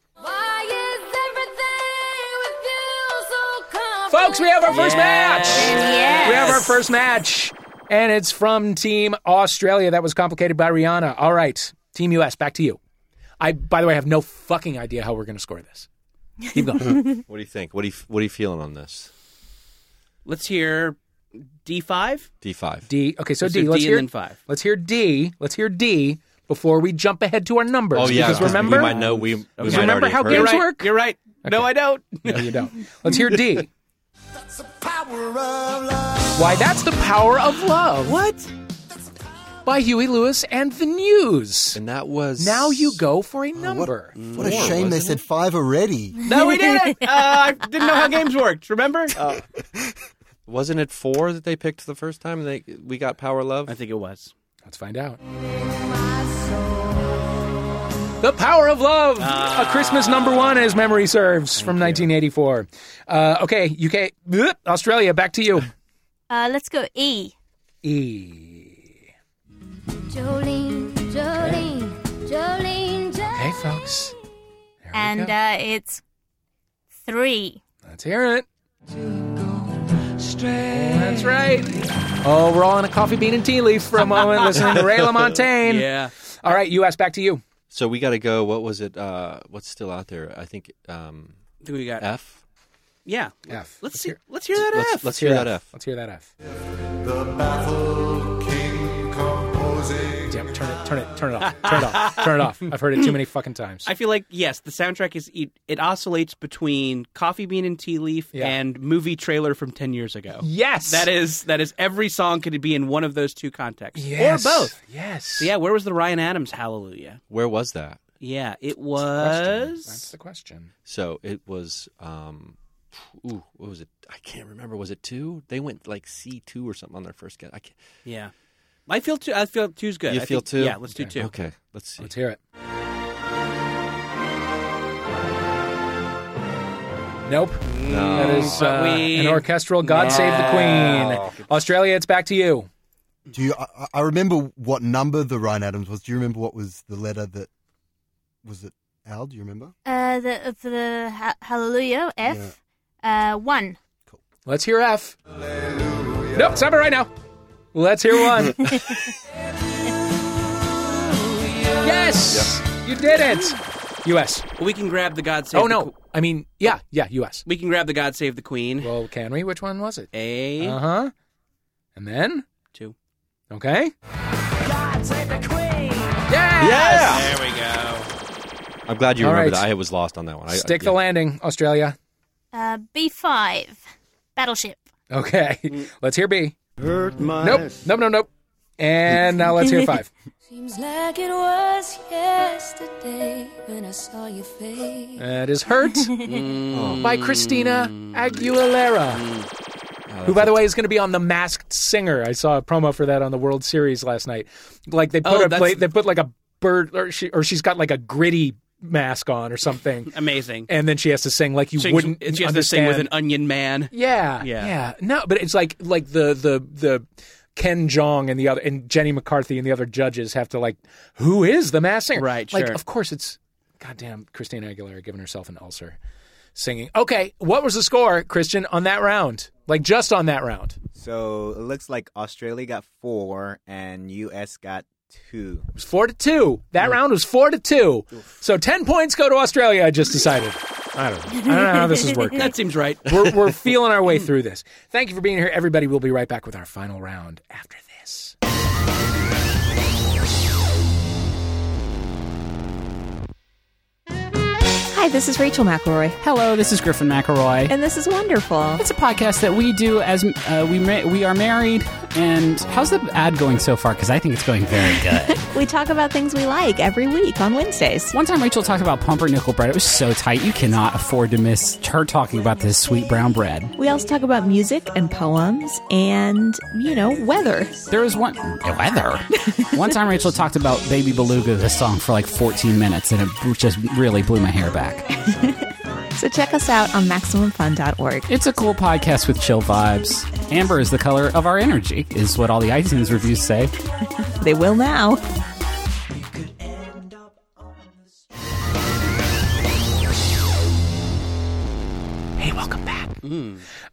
S7: Why
S1: Folks, we have our first match.
S2: Yes.
S1: We have our first match. And it's from Team Australia. That was complicated by Rihanna. All right, Team US, back to you. I, by the way, have no fucking idea how we're going to score this. Keep going.
S5: What do you think? What do you what are you feeling on this?
S4: Let's hear D five.
S5: D five.
S1: D. Okay, so
S4: Let's
S1: Oh, D.
S4: do
S1: Let's
S4: D and
S1: hear.
S4: then five.
S1: Let's hear D. Let's hear D before we jump ahead to our numbers.
S5: Oh yeah,
S1: because remember,
S5: we might know we, we might
S1: Remember
S5: already
S1: how
S5: have heard
S1: games
S5: it.
S4: You're right.
S1: work?
S4: You're right. No, I don't.
S1: No, you don't. Let's hear D. Why, that's the power of love. What? By Huey Lewis and the News.
S5: and that was
S1: Now you go for a number.
S3: What a mm. shame they said five already.
S4: No, we did it. Uh, I didn't know how games worked. Remember?
S1: Oh.
S5: Wasn't it four that they picked the first time? They we got Power Love.
S4: I think it was.
S1: Let's find out. The Power of Love, a Christmas number one, as memory serves, from 1984. Uh, okay, UK, bleh, Australia, back to you.
S2: Uh, let's go E.
S1: E.
S7: Jolene, Jolene, Jolene, Jolene.
S1: Okay, folks. There we
S2: And
S1: go.
S2: uh, it's three.
S1: Let's hear it. That's right. Oh, we're all in a coffee bean and tea leaf for a moment, listening to Ray LaMontagne.
S4: Yeah.
S1: All right, U.S. back to you.
S5: So we got to go. What was it? Uh, what's still out there? I think um,
S4: I think we
S1: Uh,
S4: got
S5: F.
S4: Yeah.
S1: F.
S4: Let's see. Let's hear that
S5: Let's,
S4: F.
S5: let's hear that F.
S1: Let's hear that F.
S8: The baffled king composing.
S1: Damn, turn it, turn it, turn it off, turn it off, turn it off. I've heard it too many fucking times.
S4: I feel like yes, the soundtrack is it, it oscillates between Coffee Bean and Tea Leaf
S1: Yeah.
S4: and movie trailer from ten years ago.
S1: yes,
S4: That is that is every song could be in one of those two contexts
S1: yes.
S4: or both.
S1: Yes,
S4: So yeah, where was the Ryan Adams Hallelujah?
S5: Where was that?
S4: Yeah, it
S1: Question. That's
S4: was
S1: the question.
S5: So it was um, ooh, what was it? I can't remember. Was it two? They went like C two or something on their first guess. I can't.
S4: Yeah. I feel two. I feel two's good.
S5: You
S4: I
S5: feel
S4: think-
S5: two?
S4: Yeah, let's do two.
S5: Okay, let's see.
S1: Let's hear it. Nope. that is
S4: but
S1: uh,
S4: we-
S1: an orchestral God Save
S4: No.
S1: the Queen. Australia, it's back to you.
S3: Do you? I, I- I remember what number the Ryan Adams was. Do you remember what was the letter that was it? Al, do you remember?
S2: Uh, the, for the ha- Hallelujah F, uh, one.
S1: Let's hear F. Nope, stop it right now. Let's hear one. yes, you did it. U.S.
S4: We can grab the God Save.
S1: Oh
S4: the
S1: no, Oh.
S4: Qu-
S1: I mean, yeah, yeah, U.S.
S4: we can grab the God Save the Queen.
S1: Well, can we? Which one was it?
S4: A
S1: Uh huh. And then,
S4: two.
S1: okay. Yeah.
S5: Yeah. There we go. I'm glad you
S1: All
S5: remembered
S1: right.
S5: that. I was lost on that one. I,
S1: Stick
S5: I,
S1: the
S5: yeah.
S1: landing, Australia.
S2: Uh, B five, battleship.
S1: Okay,
S4: Mm.
S1: let's hear B. Nope, nope, nope, nope. And now let's hear five.
S7: Seems like it was yesterday when I saw your face.
S1: That is Hurt by Christina Aguilera.
S4: Mm.
S1: Who, by the way, is going to be on The Masked Singer? I saw a promo for that on the World Series last night. Like they put
S4: Oh,
S1: a
S4: that's-
S1: plate, they put like a bird, or she, or she's got like a gritty mask on or something,
S4: Amazing.
S1: and then she has to sing like you
S4: She-
S1: wouldn't
S4: she has
S1: understand.
S4: this thing with an onion man.
S1: yeah,
S4: Yeah.
S1: yeah, No, but it's like like the the the. Ken Jong and the other and Jenny McCarthy and the other judges have to like, who is the masked singer?
S4: Right,
S1: Like,
S4: sure.
S1: of course it's goddamn Christina Aguilera giving herself an ulcer, singing. Okay, what was the score, Christian, on that round? Like just on that round?
S9: So it looks like Australia got four and US got two.
S1: It was four to two. That round was four to two. So ten points go to Australia. I just decided. I don't know. I don't know how this is working.
S4: That seems right.
S1: we're, we're feeling our way through this. Thank you for being here, everybody. We'll be right back with our final round after this.
S10: Hi, this is Rachel McElroy,
S11: Hello, this is Griffin McElroy.
S10: and this is wonderful.
S11: It's a podcast that we do as uh, we ma- we are married. And how's the ad going so far? Because I think it's going very good.
S10: We talk about things we like every week on Wednesdays.
S11: One time, Rachel talked about pumpernickel bread. It was so tight, you cannot afford to miss her talking about this sweet brown bread.
S10: We also talk about music and poems and, you know, weather.
S11: There was one the weather. one time, Rachel talked about Baby Beluga, the song, for like 14 minutes, and it just really blew my hair back.
S10: So check us out on MaximumFun.org.
S11: It's a cool podcast with chill vibes. Amber is the color of our energy, is what all the iTunes reviews say.
S10: They will now.
S1: Hey, welcome back.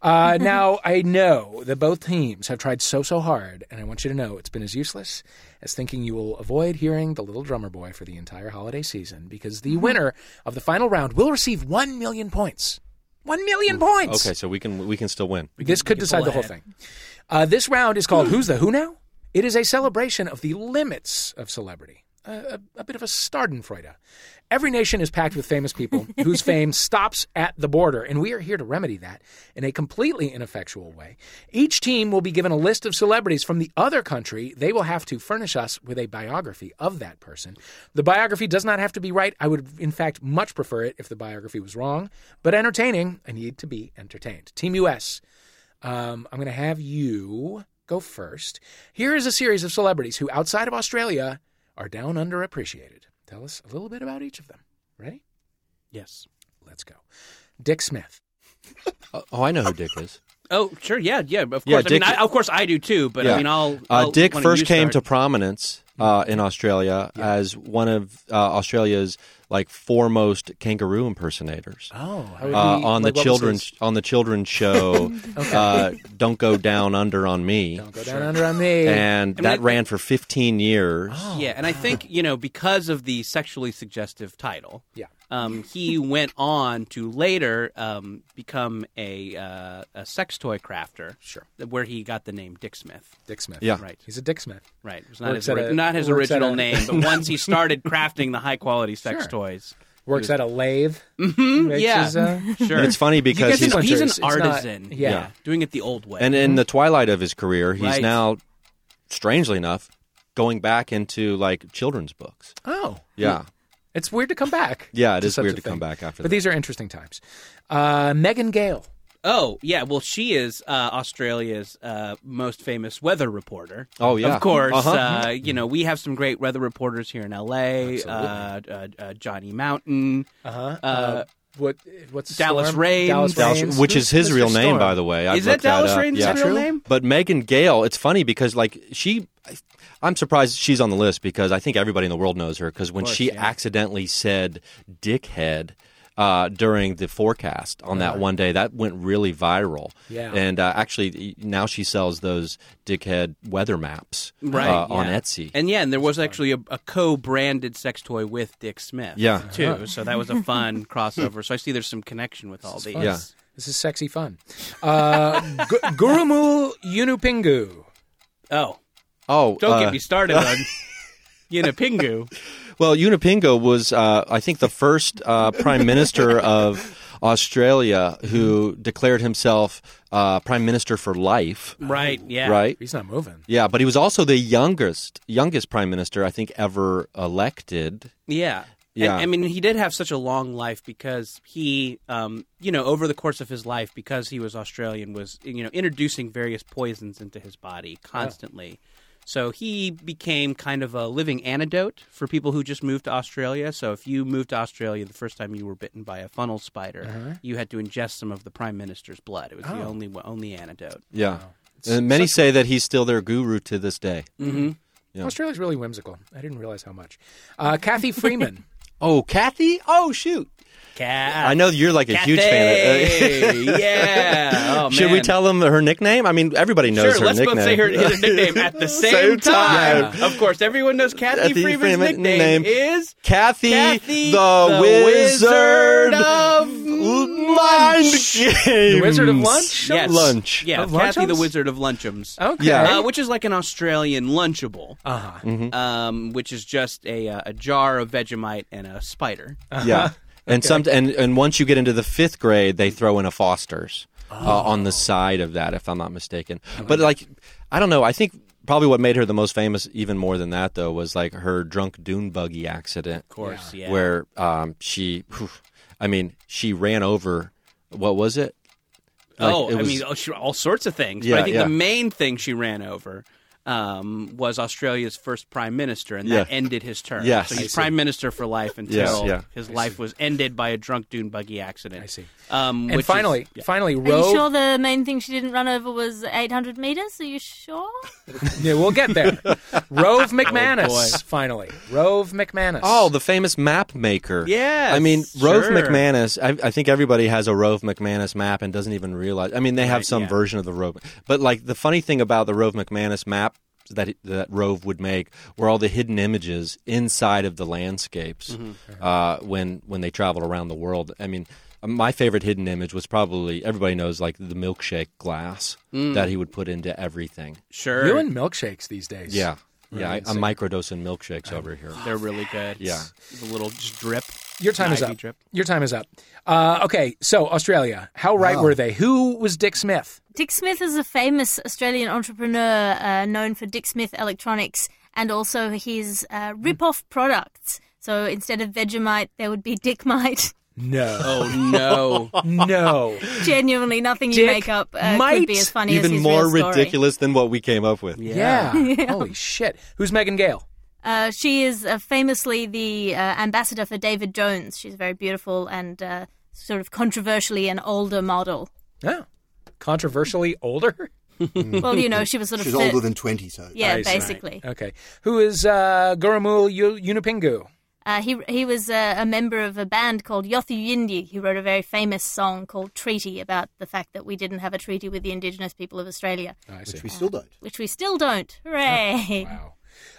S1: Uh, now, I know that both teams have tried so, so hard, and I want you to know it's been as useless as thinking you will avoid hearing the little drummer boy for the entire holiday season because the winner of the final round will receive 1 million points. 1 million points!
S5: Okay, so we can we can still win.
S1: this could decide the whole thing. Uh, this round is called Who's the Who Now? It is a celebration of the limits of celebrity, a, a, a bit of a Stardenfreude. Every nation is packed with famous people whose fame stops at the border, and we are here to remedy that in a completely ineffectual way. Each team will be given a list of celebrities from the other country. They will have to furnish us with a biography of that person. The biography does not have to be right. I would, in fact, much prefer it if the biography was wrong, but entertaining. I need to be entertained. Team US. Um, I'm going to have you go first. Here is a series of celebrities who, outside of Australia, are down underappreciated. Tell us a little bit about each of them. Ready?
S4: Yes.
S1: Let's go. Dick Smith.
S5: Oh, oh, I know who Dick is.
S4: Oh, sure. Yeah, yeah. Of course.
S5: Yeah,
S4: I mean,
S5: Dick-
S4: I, of course I do too. But I
S5: Yeah.
S4: mean, I'll.
S5: Uh,
S4: I'll
S5: Dick
S4: why don't
S5: first
S4: you
S5: came to
S4: start? Mm-hmm.
S5: prominence uh, in Australia as one of uh, Australia's like foremost kangaroo impersonators.
S1: Oh, how
S5: Uh, on the children's on the children's show, uh, "Don't Go Down Under on Me,"
S1: Don't go down under on me.
S5: oh, and
S4: mean, Oh,
S5: that
S4: I-
S5: ran for 15 years.
S4: Yeah, and I think you know because of the sexually suggestive title.
S1: Yeah.
S4: Um, he went on to later um, become a uh, a sex toy crafter.
S1: Sure.
S4: Where he got the name Dick Smith.
S1: Dick Smith.
S5: Yeah.
S4: Right.
S1: He's a Dick Smith.
S4: Right. It was not
S1: Works
S4: his,
S1: at
S4: ori-
S1: a-
S4: not his
S1: works at
S4: original
S1: a-
S4: name, but once he started crafting the high quality sex
S1: Sure.
S4: toys.
S1: Works at a lathe.
S4: Hmm,
S1: Which
S4: yeah.
S1: is, uh,
S4: sure.
S5: And it's funny because
S4: you
S5: he's
S4: get to- he's
S1: It's
S4: an
S1: not-
S4: artisan.
S1: yeah.
S4: Doing it the old way.
S5: and in the twilight of his career, he's
S4: Right.
S5: now, strangely enough, going back into like children's books.
S1: Oh,
S5: Yeah,
S1: it's weird to come back.
S5: yeah, it
S1: to
S5: is
S1: such
S5: weird
S1: a
S5: to come
S1: thing.
S5: back after
S1: But
S5: that.
S1: these are interesting times. Uh, Megan Gale.
S4: Oh yeah, well she is uh, Australia's uh, most famous weather reporter.
S5: Oh, yeah.
S4: of course.
S5: Uh-huh.
S4: uh, you know we have some great weather reporters here in L.A. Uh,
S1: Absolutely.
S4: uh, uh, Johnny Mountain,
S1: Uh-huh.
S4: uh,
S1: Uh, what? What's
S4: Dallas
S1: Storm?
S4: Raines.
S1: Dallas
S5: Dallas-
S1: Raines.
S5: which is his
S1: Mr.
S5: real name,
S1: Storm.
S5: by the way. I
S4: Is that
S5: looked
S4: Dallas
S5: up.
S4: Raines'
S5: Yeah.
S4: real True? name?
S5: But Megan Gale, it's funny because like she, I- I'm surprised she's on the list because I think everybody in the world knows her because when
S4: course,
S5: she
S4: yeah.
S5: accidentally said "dickhead." Uh, during the forecast on that one day, that went really viral.
S1: Yeah.
S5: and uh, actually now she sells those dickhead weather maps
S4: right
S5: uh, on
S4: yeah.
S5: Etsy.
S4: and yeah, and there was actually a, a co-branded sex toy with Dick Smith.
S5: Yeah.
S4: too. So that was a fun crossover. So I see there's some connection with all these.
S5: fun. Yeah.
S1: This is sexy fun. Uh, Gu- Gurumu Yunupingu.
S4: Oh,
S5: oh,
S4: don't
S5: uh,
S4: get me started on Yinapingu.
S5: Well, Unipingo was, uh, I think, the first uh, prime minister of Australia who declared himself uh, prime minister for life.
S4: Right. Yeah.
S5: Right.
S1: He's not moving.
S5: Yeah, but he was also the youngest, youngest prime minister I think ever elected.
S4: Yeah.
S5: Yeah.
S4: And, I mean, he did have such a long life because he, um, you know, over the course of his life, because he was Australian, was, you know, introducing various poisons into his body constantly. So he became kind of a living antidote for people who just moved to Australia. So if you moved to Australia the first time you were bitten by a funnel spider,
S5: Uh-huh.
S4: you had to ingest some of the prime minister's blood. It was
S5: Oh.
S4: the only only antidote.
S5: Yeah, and many say that he's still their guru to this day.
S4: Mm.
S5: Yeah.
S1: Australia's really whimsical. I didn't realize how much. Uh, Kathy Freeman.
S5: Oh, Kathy! Oh, shoot!
S4: Cat.
S5: I know you're like a huge fan. of uh,
S4: yeah. Oh,
S5: Should we
S4: man.
S5: tell them her nickname? I mean, everybody knows
S4: sure,
S5: her
S4: let's
S5: nickname.
S4: both say her, her nickname at the same,
S5: Same
S4: time.
S5: time.
S4: Of course, everyone knows Kathy,
S5: Kathy
S4: Freeman's
S5: Freeman
S4: nickname
S5: name.
S4: is
S5: Kathy,
S4: Kathy
S5: the,
S4: Wizard
S5: Wizard
S4: of
S5: Mind Games.
S1: The Wizard of Lunch?
S4: Yes.
S5: Lunch.
S4: Yeah,
S1: Of
S4: Kathy, the
S1: Lunchums?
S4: Wizard of Lunchums.
S1: Okay.
S5: Yeah. Mm-hmm.
S4: Uh, which is like an Australian Lunchable,
S1: Uh-huh.
S4: um, which is just a, uh, a jar of Vegemite and a spider.
S5: Yeah. And some and and once you get into the fifth grade, they throw in a Foster's
S4: Oh.
S5: uh, on the side of that, if I'm not mistaken.
S4: Uh-huh.
S5: But like, I don't know. I think probably what made her the most famous, even more than that, though, was like her drunk dune buggy accident. Of
S4: course, Yeah. yeah.
S5: Where um, she, whew, I mean, she ran over. What was it? Like,
S4: oh,
S5: it was-
S4: I mean, oh, sure, all sorts of things. but
S5: Yeah,
S4: I think
S5: yeah.
S4: the main thing she ran over um, was Australia's first prime minister, and that
S5: Yeah.
S4: ended his term.
S5: Yes.
S4: so
S5: I
S4: he's
S5: see.
S4: prime minister for life until
S5: yeah.
S4: his life was ended by a drunk dune buggy accident.
S1: I see.
S4: Um,
S1: And
S4: which is-
S1: finally,
S4: yeah.
S1: finally,
S2: Are you
S1: Roe.
S2: sure the main thing she didn't run over was 800 meters? Are you sure?
S1: Yeah, we'll get there. Rove
S4: boy.
S1: McManus, finally. Rove McManus.
S5: Oh, the famous map maker.
S4: Yes,
S5: I mean, Rove
S4: sure.
S5: McManus. I, I think everybody has a Rove McManus map and doesn't even realize. I mean, they have
S4: Right,
S5: some
S4: yeah.
S5: version of the Rove. But like the funny thing about the Rove McManus map that he- that Rove would make were all the hidden images inside of the landscapes
S4: Mm-hmm.
S5: uh, when when they traveled around the world. I mean. My favorite hidden image was probably everybody knows like the milkshake glass
S4: Mm.
S5: that he would put into everything.
S4: sure,
S1: Doing milkshakes these days.
S5: Yeah, yeah, I, I'm microdosing milkshakes over here.
S4: they're really good.
S5: Yeah.
S4: the little just drip.
S1: Your time
S4: An
S1: is
S4: ivy
S1: up.
S4: drip.
S1: Your time is up. Uh, okay, so Australia. How right were they? Who was Dick Smith?
S2: Dick Smith is a famous Australian entrepreneur uh, known for Dick Smith Electronics and also his uh, rip-off products. So instead of Vegemite, there would be Dickmite.
S1: No.
S4: Oh no!
S1: no.
S2: Genuinely, nothing you
S1: Dick
S2: make up uh, could
S1: Mite.
S2: be as funny as
S5: Even
S2: his
S5: more
S2: real story.
S5: ridiculous than what we came up with.
S1: Yeah. Holy shit. Who's Megan Gale?
S2: Uh, she is uh, famously the uh, ambassador for David Jones. She's very beautiful and uh, sort of controversially an older model.
S1: Yeah. Controversially older?
S5: Hmm.
S2: Well, you know, she was sort of
S3: She's
S2: fit-
S3: older than 20, so.
S2: yeah,
S1: I see.
S2: basically.
S1: Okay. Who is uh, Gurumul Yu- Yunupingu?
S3: Oh,
S2: Uh, he he was a, a member of a band called Yothu Yindi. He wrote a very famous song called "Treaty" about the fact that we didn't have a treaty with the indigenous people of Australia,
S1: I see.
S3: Which we still don't.
S2: which we still don't. Hooray!
S1: Wow.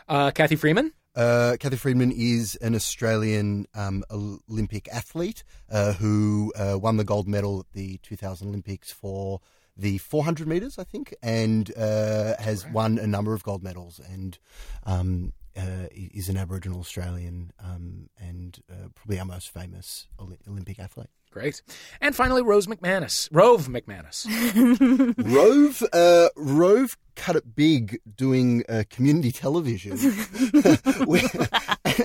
S1: Uh, Kathy Freeman?
S3: Uh, Kathy Friedman is an Australian um, Olympic athlete uh, who uh, won the gold medal at the 2000 Olympics for the 400 meters, I think, and uh, has won a number of gold medals and um, uh, is an Aboriginal Australian um, and uh, probably our most famous Oli- Olympic athlete.
S1: Great. And finally, Rose McManus. Rove McManus.
S3: Rove, uh, Rove cut it big doing uh, community television, Where-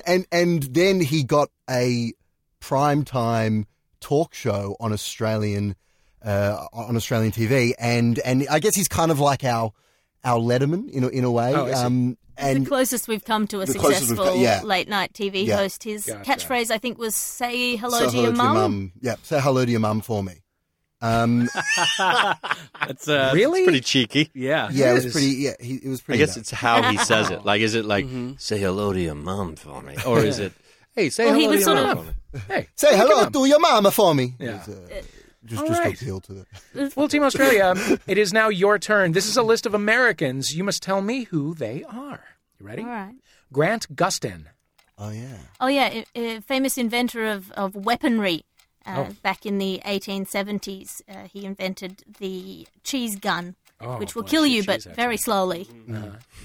S3: and and then he got a primetime talk show on Australian uh, on Australian TV, and and I guess he's kind of like our our Letterman in a, in a way.
S2: Oh, I see.
S3: um, and
S2: the closest we've come to a
S3: The closest we've
S2: successful
S3: come- yeah.
S2: late night TV
S3: Yeah.
S2: host. His
S3: Gotcha.
S2: catchphrase, I think, was "Say hello,
S3: say
S2: to, your mum."
S3: Yeah, say hello to your mum for me. Um,
S4: That's uh,
S1: really
S5: pretty cheeky.
S4: Yeah,
S3: yeah, it was pretty. Yeah, he, it was
S5: I
S3: pretty.
S5: guess it's how he says it. Like, is it like
S1: Mm-hmm.
S5: say hello to your mom for me, or is it hey say
S2: Well, he
S5: hello to
S2: was
S5: your
S2: sort
S5: mom
S2: of-
S5: for me?
S1: Hey,
S3: say hello to your mama for me.
S1: Yeah.
S3: It was, uh, just
S1: All
S3: just
S1: right.
S3: appeal to the.
S1: Well, Team Australia, it is now your turn. This is a list of Americans. You must tell me who they are. You ready?
S2: All right.
S1: Grant Gustin.
S3: Oh yeah.
S2: Oh yeah, a, a famous inventor of of weaponry. Uh,
S1: Oh.
S2: Back in the 1870s, uh, he invented the cheese gun,
S1: Oh,
S2: which will
S1: boy,
S2: kill
S1: good
S2: you, but
S1: cheese, Mm-hmm.
S2: very slowally,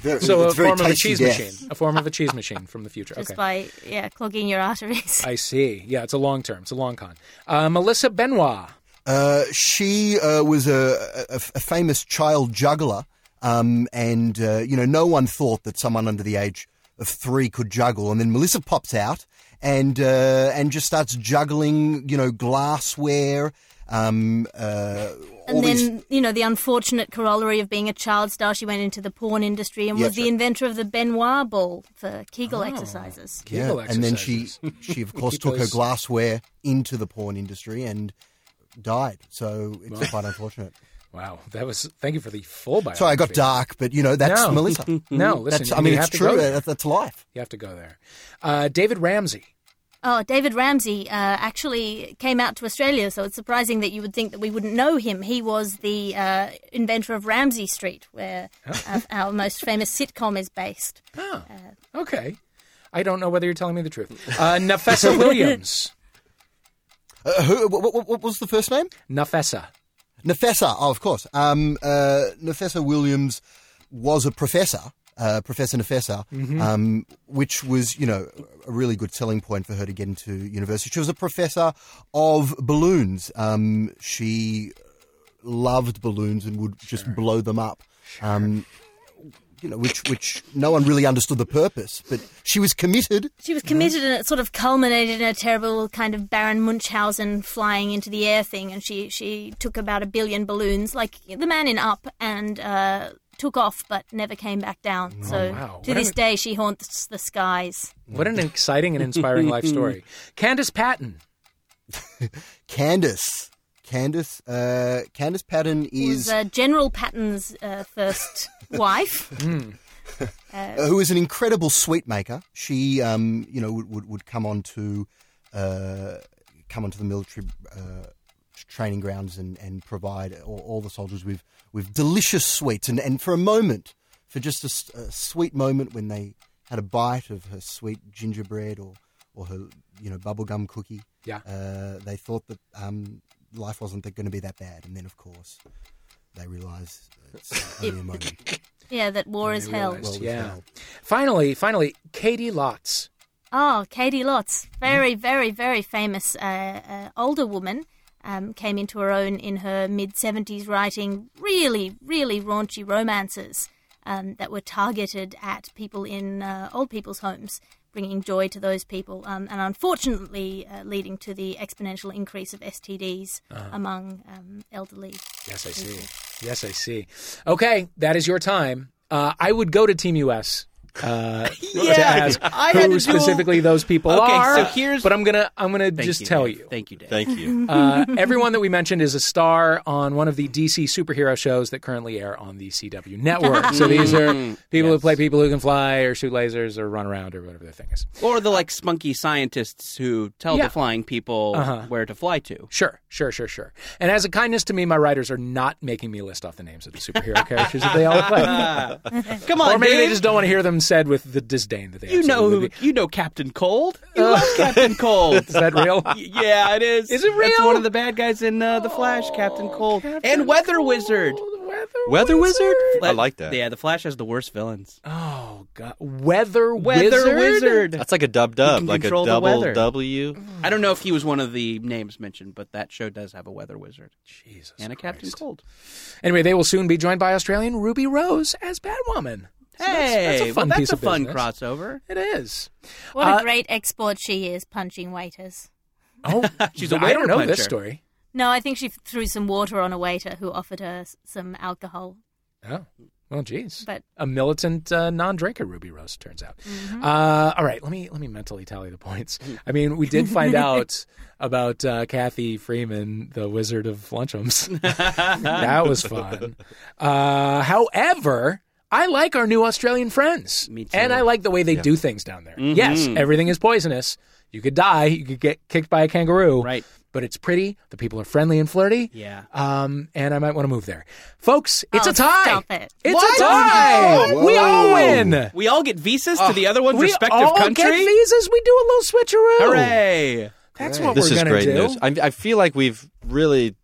S3: Very,
S1: So
S3: it's
S1: a
S3: very
S1: form of a
S3: tasty
S1: cheese
S3: death.
S1: machine. A form of a cheese machine from the future.
S2: just
S1: okay.
S2: by yeah clogging your arteries.
S1: I see. Yeah, it's a long term. It's a long con. Uh, Melissa Benoit.
S3: Uh, she uh, was a, a, a famous child juggler, um, and uh, you know, no one thought that someone under the age of three could juggle. And then Melissa pops out and uh, and just starts juggling, you know, glassware. Um, uh, all
S2: And
S3: these-
S2: then, you know, the unfortunate corollary of being a child star, she went into the porn industry and
S3: Yeah,
S2: was the
S3: sure.
S2: inventor of the Benoit ball for
S1: Oh.
S2: Kegel exercises.
S3: yeah,
S1: Kegel
S3: and then she
S1: exercises.
S3: she of course took her
S1: Because-
S3: glassware into the porn industry and died. So it's quite unfortunate.
S1: Wow, that was. Thank you for the full biography.
S3: Sorry, I got dark, but you know that's
S1: No.
S3: Melissa.
S1: No, listen,
S3: that's, I
S1: you
S3: mean
S1: have
S3: it's
S1: to go
S3: true.
S1: there.
S3: That- That's life.
S1: You have to go there. Uh, David Ramsey.
S2: Oh, David Ramsey uh, actually came out to Australia, so it's surprising that you would think that we wouldn't know him. He was the uh, inventor of Ramsey Street, where uh, our most famous sitcom is based.
S1: Oh, okay. I don't know whether you're telling me the truth. Uh, Nafessa Williams.
S3: Uh, who, what, what, what was the first name?
S1: Nafessa.
S3: Nefessa, oh, of course. Um, uh, Nefessa Williams was a professor, uh, Professor Nefessa,
S1: Mm-hmm.
S3: um, which was, you know, a really good selling point for her to get into university. She was a professor of balloons. Um, she loved balloons and would just blow them up. Um, you know, which which no one really understood the purpose, but she was committed.
S2: She was committed, and it sort of culminated in a terrible kind of Baron Munchausen flying into the air thing. And she she took about a billion balloons, like the man in Up, and uh, took off, but never came back down. so
S1: wow.
S2: to
S1: What
S2: this
S1: an-
S2: day, she haunts the skies.
S1: What an exciting and inspiring life story. Candace Patton.
S3: Candace, Candace, uh, Candace Patton is
S2: was uh, General Patton's uh, first wife.
S3: uh, who is an incredible sweet maker. She, um, you know, would, would, would come on to uh, come onto the military uh, training grounds and, and provide all, all the soldiers with, with delicious sweets. And, and for a moment, for just a s- a, sweet moment when they had a bite of her sweet gingerbread or, or her, you know, bubblegum cookie,
S1: Yeah.
S3: uh, they thought that um, life wasn't going to be that bad. And then, of course, they realised it's only a moment.
S2: Yeah, that war is hell.
S1: realized.
S3: Well,
S1: Yeah.
S3: hell.
S1: Finally, finally, Katie Lotz.
S2: Oh, Katie Lotz, very, very, very famous uh, uh, older woman, um, came into her own in her mid 70s, writing really, really raunchy romances um, that were targeted at people in uh, old people's homes, bringing joy to those people, um, and unfortunately uh, leading to the exponential increase of STDs among um, elderly.
S1: Yes, I see. Yes, I see. Okay, that is your time. Uh, I would go to Team US. Uh, to ask
S4: I
S1: who
S4: had to do-
S1: specifically those people
S4: Okay,
S1: are.
S4: so here's-
S1: but I'm gonna I'm gonna
S4: Thank
S1: just
S4: you,
S1: tell
S4: Dave.
S1: you.
S4: Thank you, Dave.
S5: Thank you.
S1: Uh, everyone that we mentioned is a star on one of the DC superhero shows that currently air on the CW network. so these are
S4: Mm,
S1: people who play people who can fly or shoot lasers or run around or whatever the thing is.
S4: Or the like spunky scientists who tell
S1: Yeah. Uh-huh.
S4: the flying people where to fly to.
S1: Sure, sure, sure, sure. And as a kindness to me, my writers are not making me list off the names of the superhero characters that they all play.
S4: Come on,
S1: or maybe they
S4: Dave.
S1: just don't want to hear them said with the disdain that they
S4: you know
S1: absolutely
S4: who you know Captain Cold. You love Captain Cold.
S1: Is that real?
S4: Yeah, it is.
S1: Is it
S4: That's
S1: real? Oh,
S4: one of the bad guys in uh, the Flash, Captain Cold, and Weather Wizard.
S5: Weather wizard. I like that.
S4: Yeah, the Flash has the worst villains.
S1: Oh god, weather wizard.
S4: Weather Wizard.
S5: That's like a dub dub,
S4: can
S5: like a
S4: control the
S5: double
S4: weather.
S5: W.
S4: I don't know if he was one of the names mentioned, but that show does have a Weather Wizard
S1: Jesus
S4: and a Captain
S1: Christ.
S4: Cold.
S1: Anyway, they will soon be joined by Australian Ruby Rose as Batwoman. So that's-
S4: Hey,
S1: that's, a fun
S4: well,
S1: piece
S4: that's a
S1: of
S4: fun
S1: business.
S4: crossover.
S1: It is.
S2: What
S1: Uh,
S2: a great export she is, punching waiters.
S1: Oh,
S4: She's a
S1: I don't
S4: waiter
S1: know this
S4: puncher.
S1: story.
S2: No, I think she f- threw some water on a waiter who offered her s- some alcohol.
S1: Oh. Well, geez.
S2: But-
S1: a militant uh, non-drinker, Ruby Rose turns out. Uh, all right, let me let me mentally tally the points. I mean, we did find out about uh, Kathy Freeman, the Wizard of Lunchums. that was fun. Uh, however, I like our new Australian friends,
S4: Me too.
S1: and I like the way they do things down there. Yes,
S4: Mhm.
S1: everything is poisonous. You could die. You could get kicked by a kangaroo.
S4: Right.
S1: But it's pretty. The people are friendly and flirty.
S4: Yeah.
S1: Um, and I might want to move there, folks. It's
S2: Oh,
S1: a tie.
S2: stop it.
S1: It's
S4: What?
S1: a tie.
S3: Whoa.
S1: We all win.
S4: We all get visas to the other one's
S1: Ah, we
S4: respective
S1: all
S4: country.
S1: get visas. We do a little switcheroo.
S4: Hooray!
S1: That's what
S5: this
S1: we're
S5: is
S1: gonna
S5: great
S1: do.
S5: news. I, I feel like we've really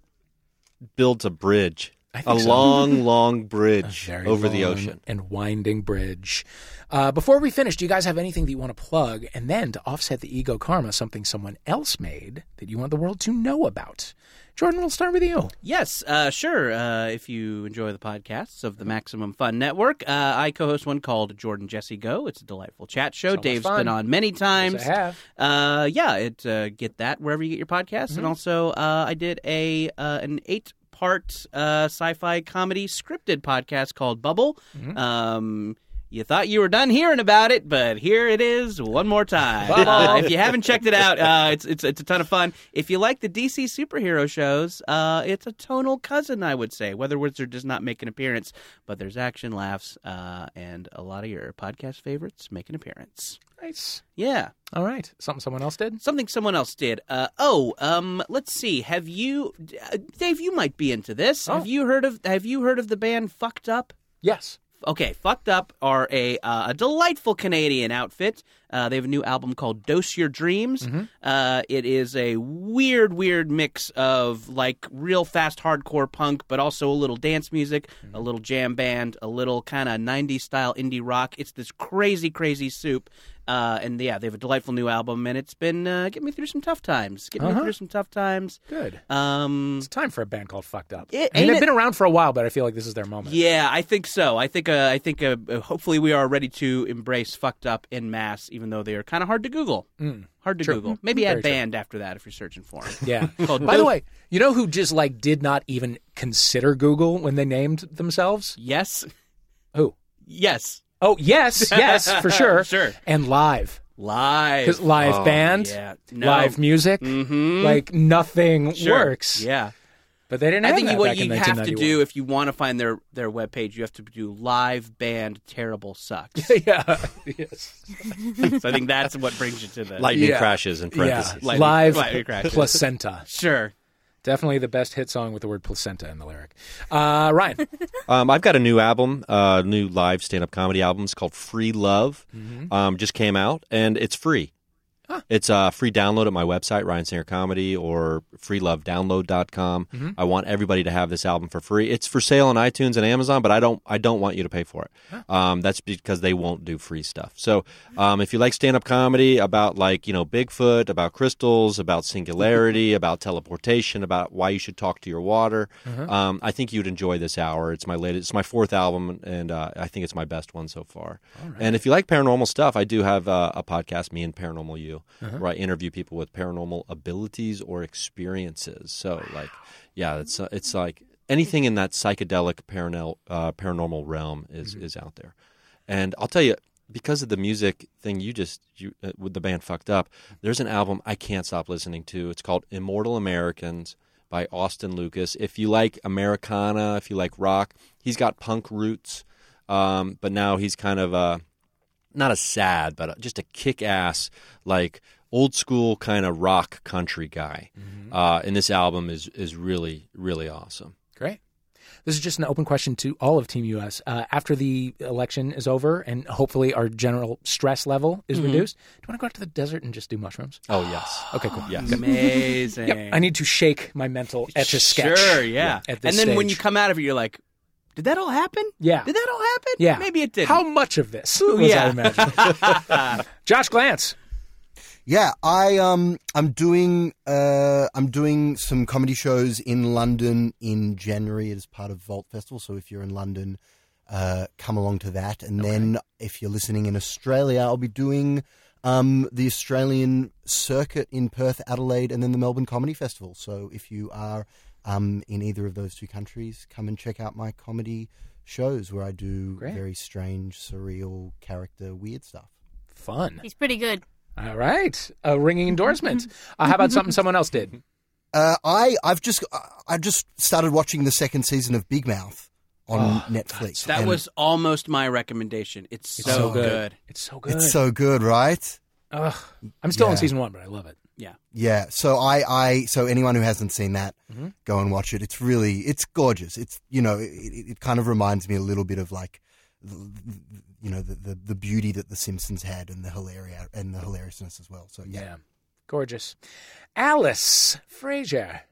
S5: built a bridge,
S1: I
S5: a
S1: think so.
S5: long, long
S1: A
S5: bridge
S1: very
S5: over the
S1: long
S5: ocean.
S1: and winding bridge. Uh, before we finish, do you guys have anything that you want to plug? And then to offset the ego karma, something someone else made that you want the world to know about. Jordan, we'll start with you.
S4: Yes, uh, sure. Uh, if you enjoy the podcasts of the Maximum Fun Network, uh, I co-host one called Jordan Jesse Go. It's a delightful chat show.
S1: much
S4: Dave's
S1: fun.
S4: been on many times.
S1: have.
S4: Uh, yeah, it uh, get that wherever you get your podcasts, and also uh, I did a uh, an eight part uh, sci fi comedy scripted podcast called Bubble. Um, you thought you were done hearing about it, but here it is one more time. Uh, if you haven't checked it out, uh, it's, it's it's a ton of fun. If you like the DC superhero shows, uh, it's a tonal cousin, I would say. Whether Wizard does not make an appearance, but there's action, laughs, uh, and a lot of your podcast favorites make an appearance.
S1: Nice.
S4: Yeah
S1: All right. Something someone else did?
S4: something someone else did. Uh, oh, um, let's see. Have you, uh, Dave? You might be into this.
S1: Oh.
S4: Have you heard of Have you heard of the band Fucked Up?
S1: Yes.
S4: Okay, Fucked Up are a uh, a delightful Canadian outfit. Uh, they have a new album called Dose Your Dreams.
S1: Mm-hmm.
S4: Uh, it is a weird, weird mix of like real fast hardcore punk, but also a little dance music,
S1: Mm-hmm.
S4: a little jam band, a little kind of 90s style indie rock. It's this crazy, crazy soup. Uh, and yeah, they have a delightful new album, and it's been uh, getting me through some tough times. Getting me
S1: Uh-huh.
S4: through some tough times.
S1: Good.
S4: Um,
S1: It's time for a band called Fucked Up.
S4: It-
S1: I mean,
S4: ain't
S1: they've
S4: it-
S1: been around for a while, but I feel like this is their moment.
S4: Yeah, I think so. I think uh, I think uh, uh, hopefully we are ready to embrace fucked up in mass, even though they are kind of hard to Google.
S1: Mm.
S4: Hard to
S1: True.
S4: Google. Maybe
S1: Very true.
S4: add band after that if you're searching for them.
S1: Yeah.
S4: Called
S1: By
S4: Bo-
S1: the way, you know who just like did not even consider Google when they named themselves?
S4: Yes,
S1: Who?
S4: yes,
S1: Oh, yes, yes, for sure.
S4: Sure.
S1: And live.
S4: live.
S1: Because live
S5: Oh,
S1: band,
S4: yeah. No.
S1: live music,
S4: Mhm.
S1: like nothing
S4: Sure.
S1: works.
S4: Yeah,
S1: But they didn't have
S4: I think
S1: that
S4: you,
S1: back
S4: what
S1: in
S4: you have to
S1: 1991.
S4: do if you want to find their their webpage, you have to do live band terrible sucks.
S1: yeah. Yes.
S4: so I think that's what brings you to the
S5: Lightning
S1: Yeah.
S5: crashes in
S1: Yeah.
S5: parentheses.
S4: Lightning-
S1: Live
S4: lightning crashes.
S1: placenta.
S4: Sure.
S1: Definitely the best hit song with the word placenta in the lyric. Uh, Ryan.
S5: Um, I've got a new album, uh, new live stand-up comedy album. It's called Free Love. Um, just came out, and it's free. It's a free download at my website, Ryan Singer Comedy, or freelovedownload.com. I want everybody to have this album for free. It's for sale on iTunes and Amazon, but I don't I don't want you to pay for it. Um, that's because they won't do free stuff. So um, if you like stand up comedy about like you know Bigfoot, about crystals, about singularity, about teleportation, about why you should talk to your water, um, I think you'd enjoy this hour. It's my latest. It's my fourth album, and uh, I think it's my best one so far. And if you like paranormal stuff, I do have uh, a podcast, me and Paranormal You, where I interview people with paranormal abilities or experiences. So like, yeah, it's uh, it's like anything in that psychedelic paranel, uh, paranormal realm is is out there. And I'll tell you, because of the music thing you just you uh, with the band fucked up, there's an album I can't stop listening to. It's called Immortal Americans by Austin Lucas. If you like Americana, if you like rock, he's got punk roots, um, but now he's kind of uh, not a sad, but a, just a kick ass, like old school kind of rock country guy. Uh, and this album is is really really awesome.
S1: Great. This is just an open question to all of Team US. Uh, after the election is over and hopefully our general stress level
S4: Mm-hmm.
S1: is reduced, do you want to go out to the desert and just do mushrooms?
S5: Oh yes,
S1: Okay, cool.
S5: yes.
S4: Amazing.
S1: Yep, I need to shake my mental etch a sketch.
S4: Sure, yeah.
S1: At
S4: and
S1: this
S4: then when
S1: stage.
S4: you come out of it, you're like, did that all happen?
S1: Yeah.
S4: Did that all happen?
S1: yeah,
S4: Maybe it did.
S1: How much of this
S4: Ooh,
S1: was
S4: yeah.
S1: I imagining? Josh Glantz.
S3: Yeah, I um I'm doing uh I'm doing some comedy shows in London in January as part of Vault Festival. So if you're in London, uh come along to that. And then if you're listening in Australia, I'll be doing um, the Australian circuit in Perth, Adelaide, and then the Melbourne Comedy Festival. So if you are um, in either of those two countries, come and check out my comedy shows where I do
S1: Great.
S3: very strange, surreal, character, weird stuff.
S1: Fun.
S2: He's pretty good.
S1: All right, a ringing endorsement. uh, how about something someone else did?
S3: Uh, I I've just I- I've just started watching the second season of Big Mouth on Netflix.
S4: That
S3: and
S4: was almost my recommendation. It's so,
S3: so
S4: good.
S3: good.
S1: It's so good.
S3: it's so good, right?
S1: Ugh. I'm still on
S3: Yeah.
S1: season one, but I love it.
S4: Yeah.
S3: Yeah. So I, I so anyone who hasn't seen that,
S1: Mhm.
S3: go and watch it. It's really it's gorgeous. It's you know it, it it kind of reminds me a little bit of like, the, the- you know the, the the beauty that the Simpsons had and the hilaria and the hilariousness as well. So yeah.
S1: Yeah, gorgeous. Alice Frazier.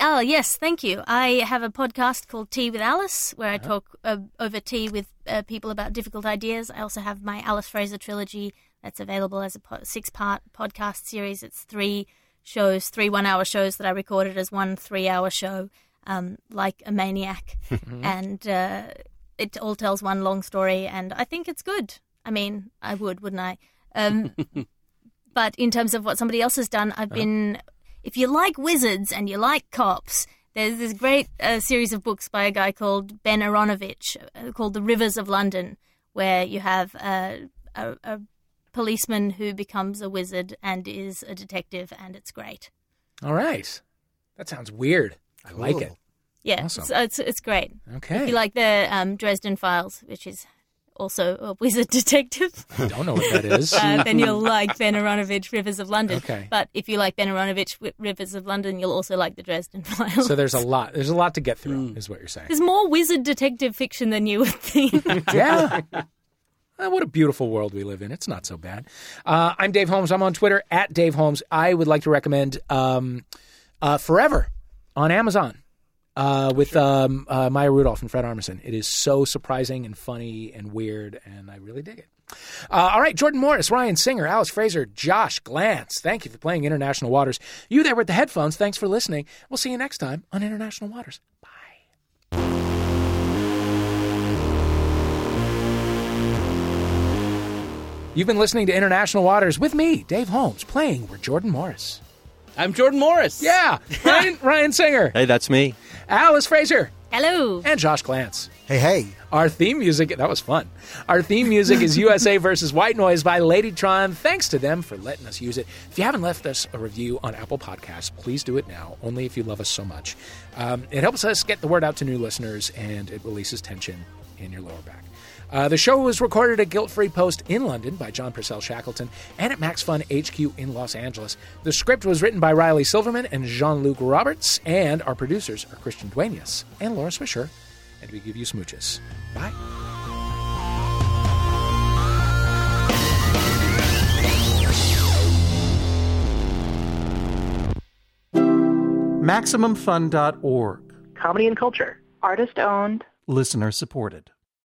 S2: Oh, yes, thank you. I have a podcast called Tea with Alice, where I talk uh, over tea with uh, people about difficult ideas. I also have my Alice Fraser trilogy that's available as a po- six part podcast series. It's three shows, three one hour shows that I recorded as one three hour show, um, like a maniac. and uh, it all tells one long story, and I think it's good. I mean, I would, wouldn't I? Um, but in terms of what somebody else has done, I've been if you like wizards and you like cops, there's this great uh, series of books by a guy called Ben Aronovich uh, called The Rivers of London, where you have uh, a, a policeman who becomes a wizard and is a detective, and it's great.
S1: All right, that sounds weird. I like it.
S3: Cool.
S2: Yeah,
S1: Awesome.
S2: it's, it's, it's great.
S1: Okay.
S2: If you like the um, Dresden Files, which is also a wizard detective,
S1: I don't know what that is.
S2: uh, then you'll like Ben Aronovich, Rivers of London.
S1: Okay.
S2: But if you like Ben Aronovich, Wi- Rivers of London, you'll also like the Dresden Files.
S1: so there's a lot. There's a lot to get through,
S2: Hmm.
S1: is what you're saying.
S2: There's more wizard detective fiction than you would think.
S1: yeah. Uh, what a beautiful world we live in. It's not so bad. Uh, I'm Dave Holmes. I'm on Twitter at Dave Holmes. I would like to recommend um, uh, Forever on Amazon uh, with um, uh, Maya Rudolph and Fred Armisen. It is so surprising and funny and weird, and I really dig it. Uh, all right, Jordan Morris, Ryan Singer, Alice Fraser, Josh Glantz. Thank you for playing International Waters. You there with the headphones, thanks for listening. We'll see you next time on International Waters. Bye. You've been listening to International Waters with me, Dave Holmes, playing with Jordan Morris.
S4: I'm Jordan Morris.
S1: Yeah, Ryan, Ryan Singer,
S5: Hey, that's me.
S1: Alice Fraser,
S2: Hello.
S1: and Josh Glantz.
S3: Hey hey.
S1: Our theme music, that was fun. Our theme music is USA versus White Noise by Ladytron. Thanks to them for letting us use it. If you haven't left us a review on Apple Podcasts, please do it now, only if you love us so much. Um, it helps us get the word out to new listeners and it releases tension in your lower back. Uh, the show was recorded at Guilt Free Post in London by John Purcell Shackleton and at Max Fun HQ in Los Angeles. The script was written by Riley Silverman and Jean Luc Roberts, and our producers are Christian Duenas and Laura Swisher. And we give you smooches. Bye.
S12: MaximumFun.org.
S13: comedy and culture. Artist owned.
S12: Listener supported.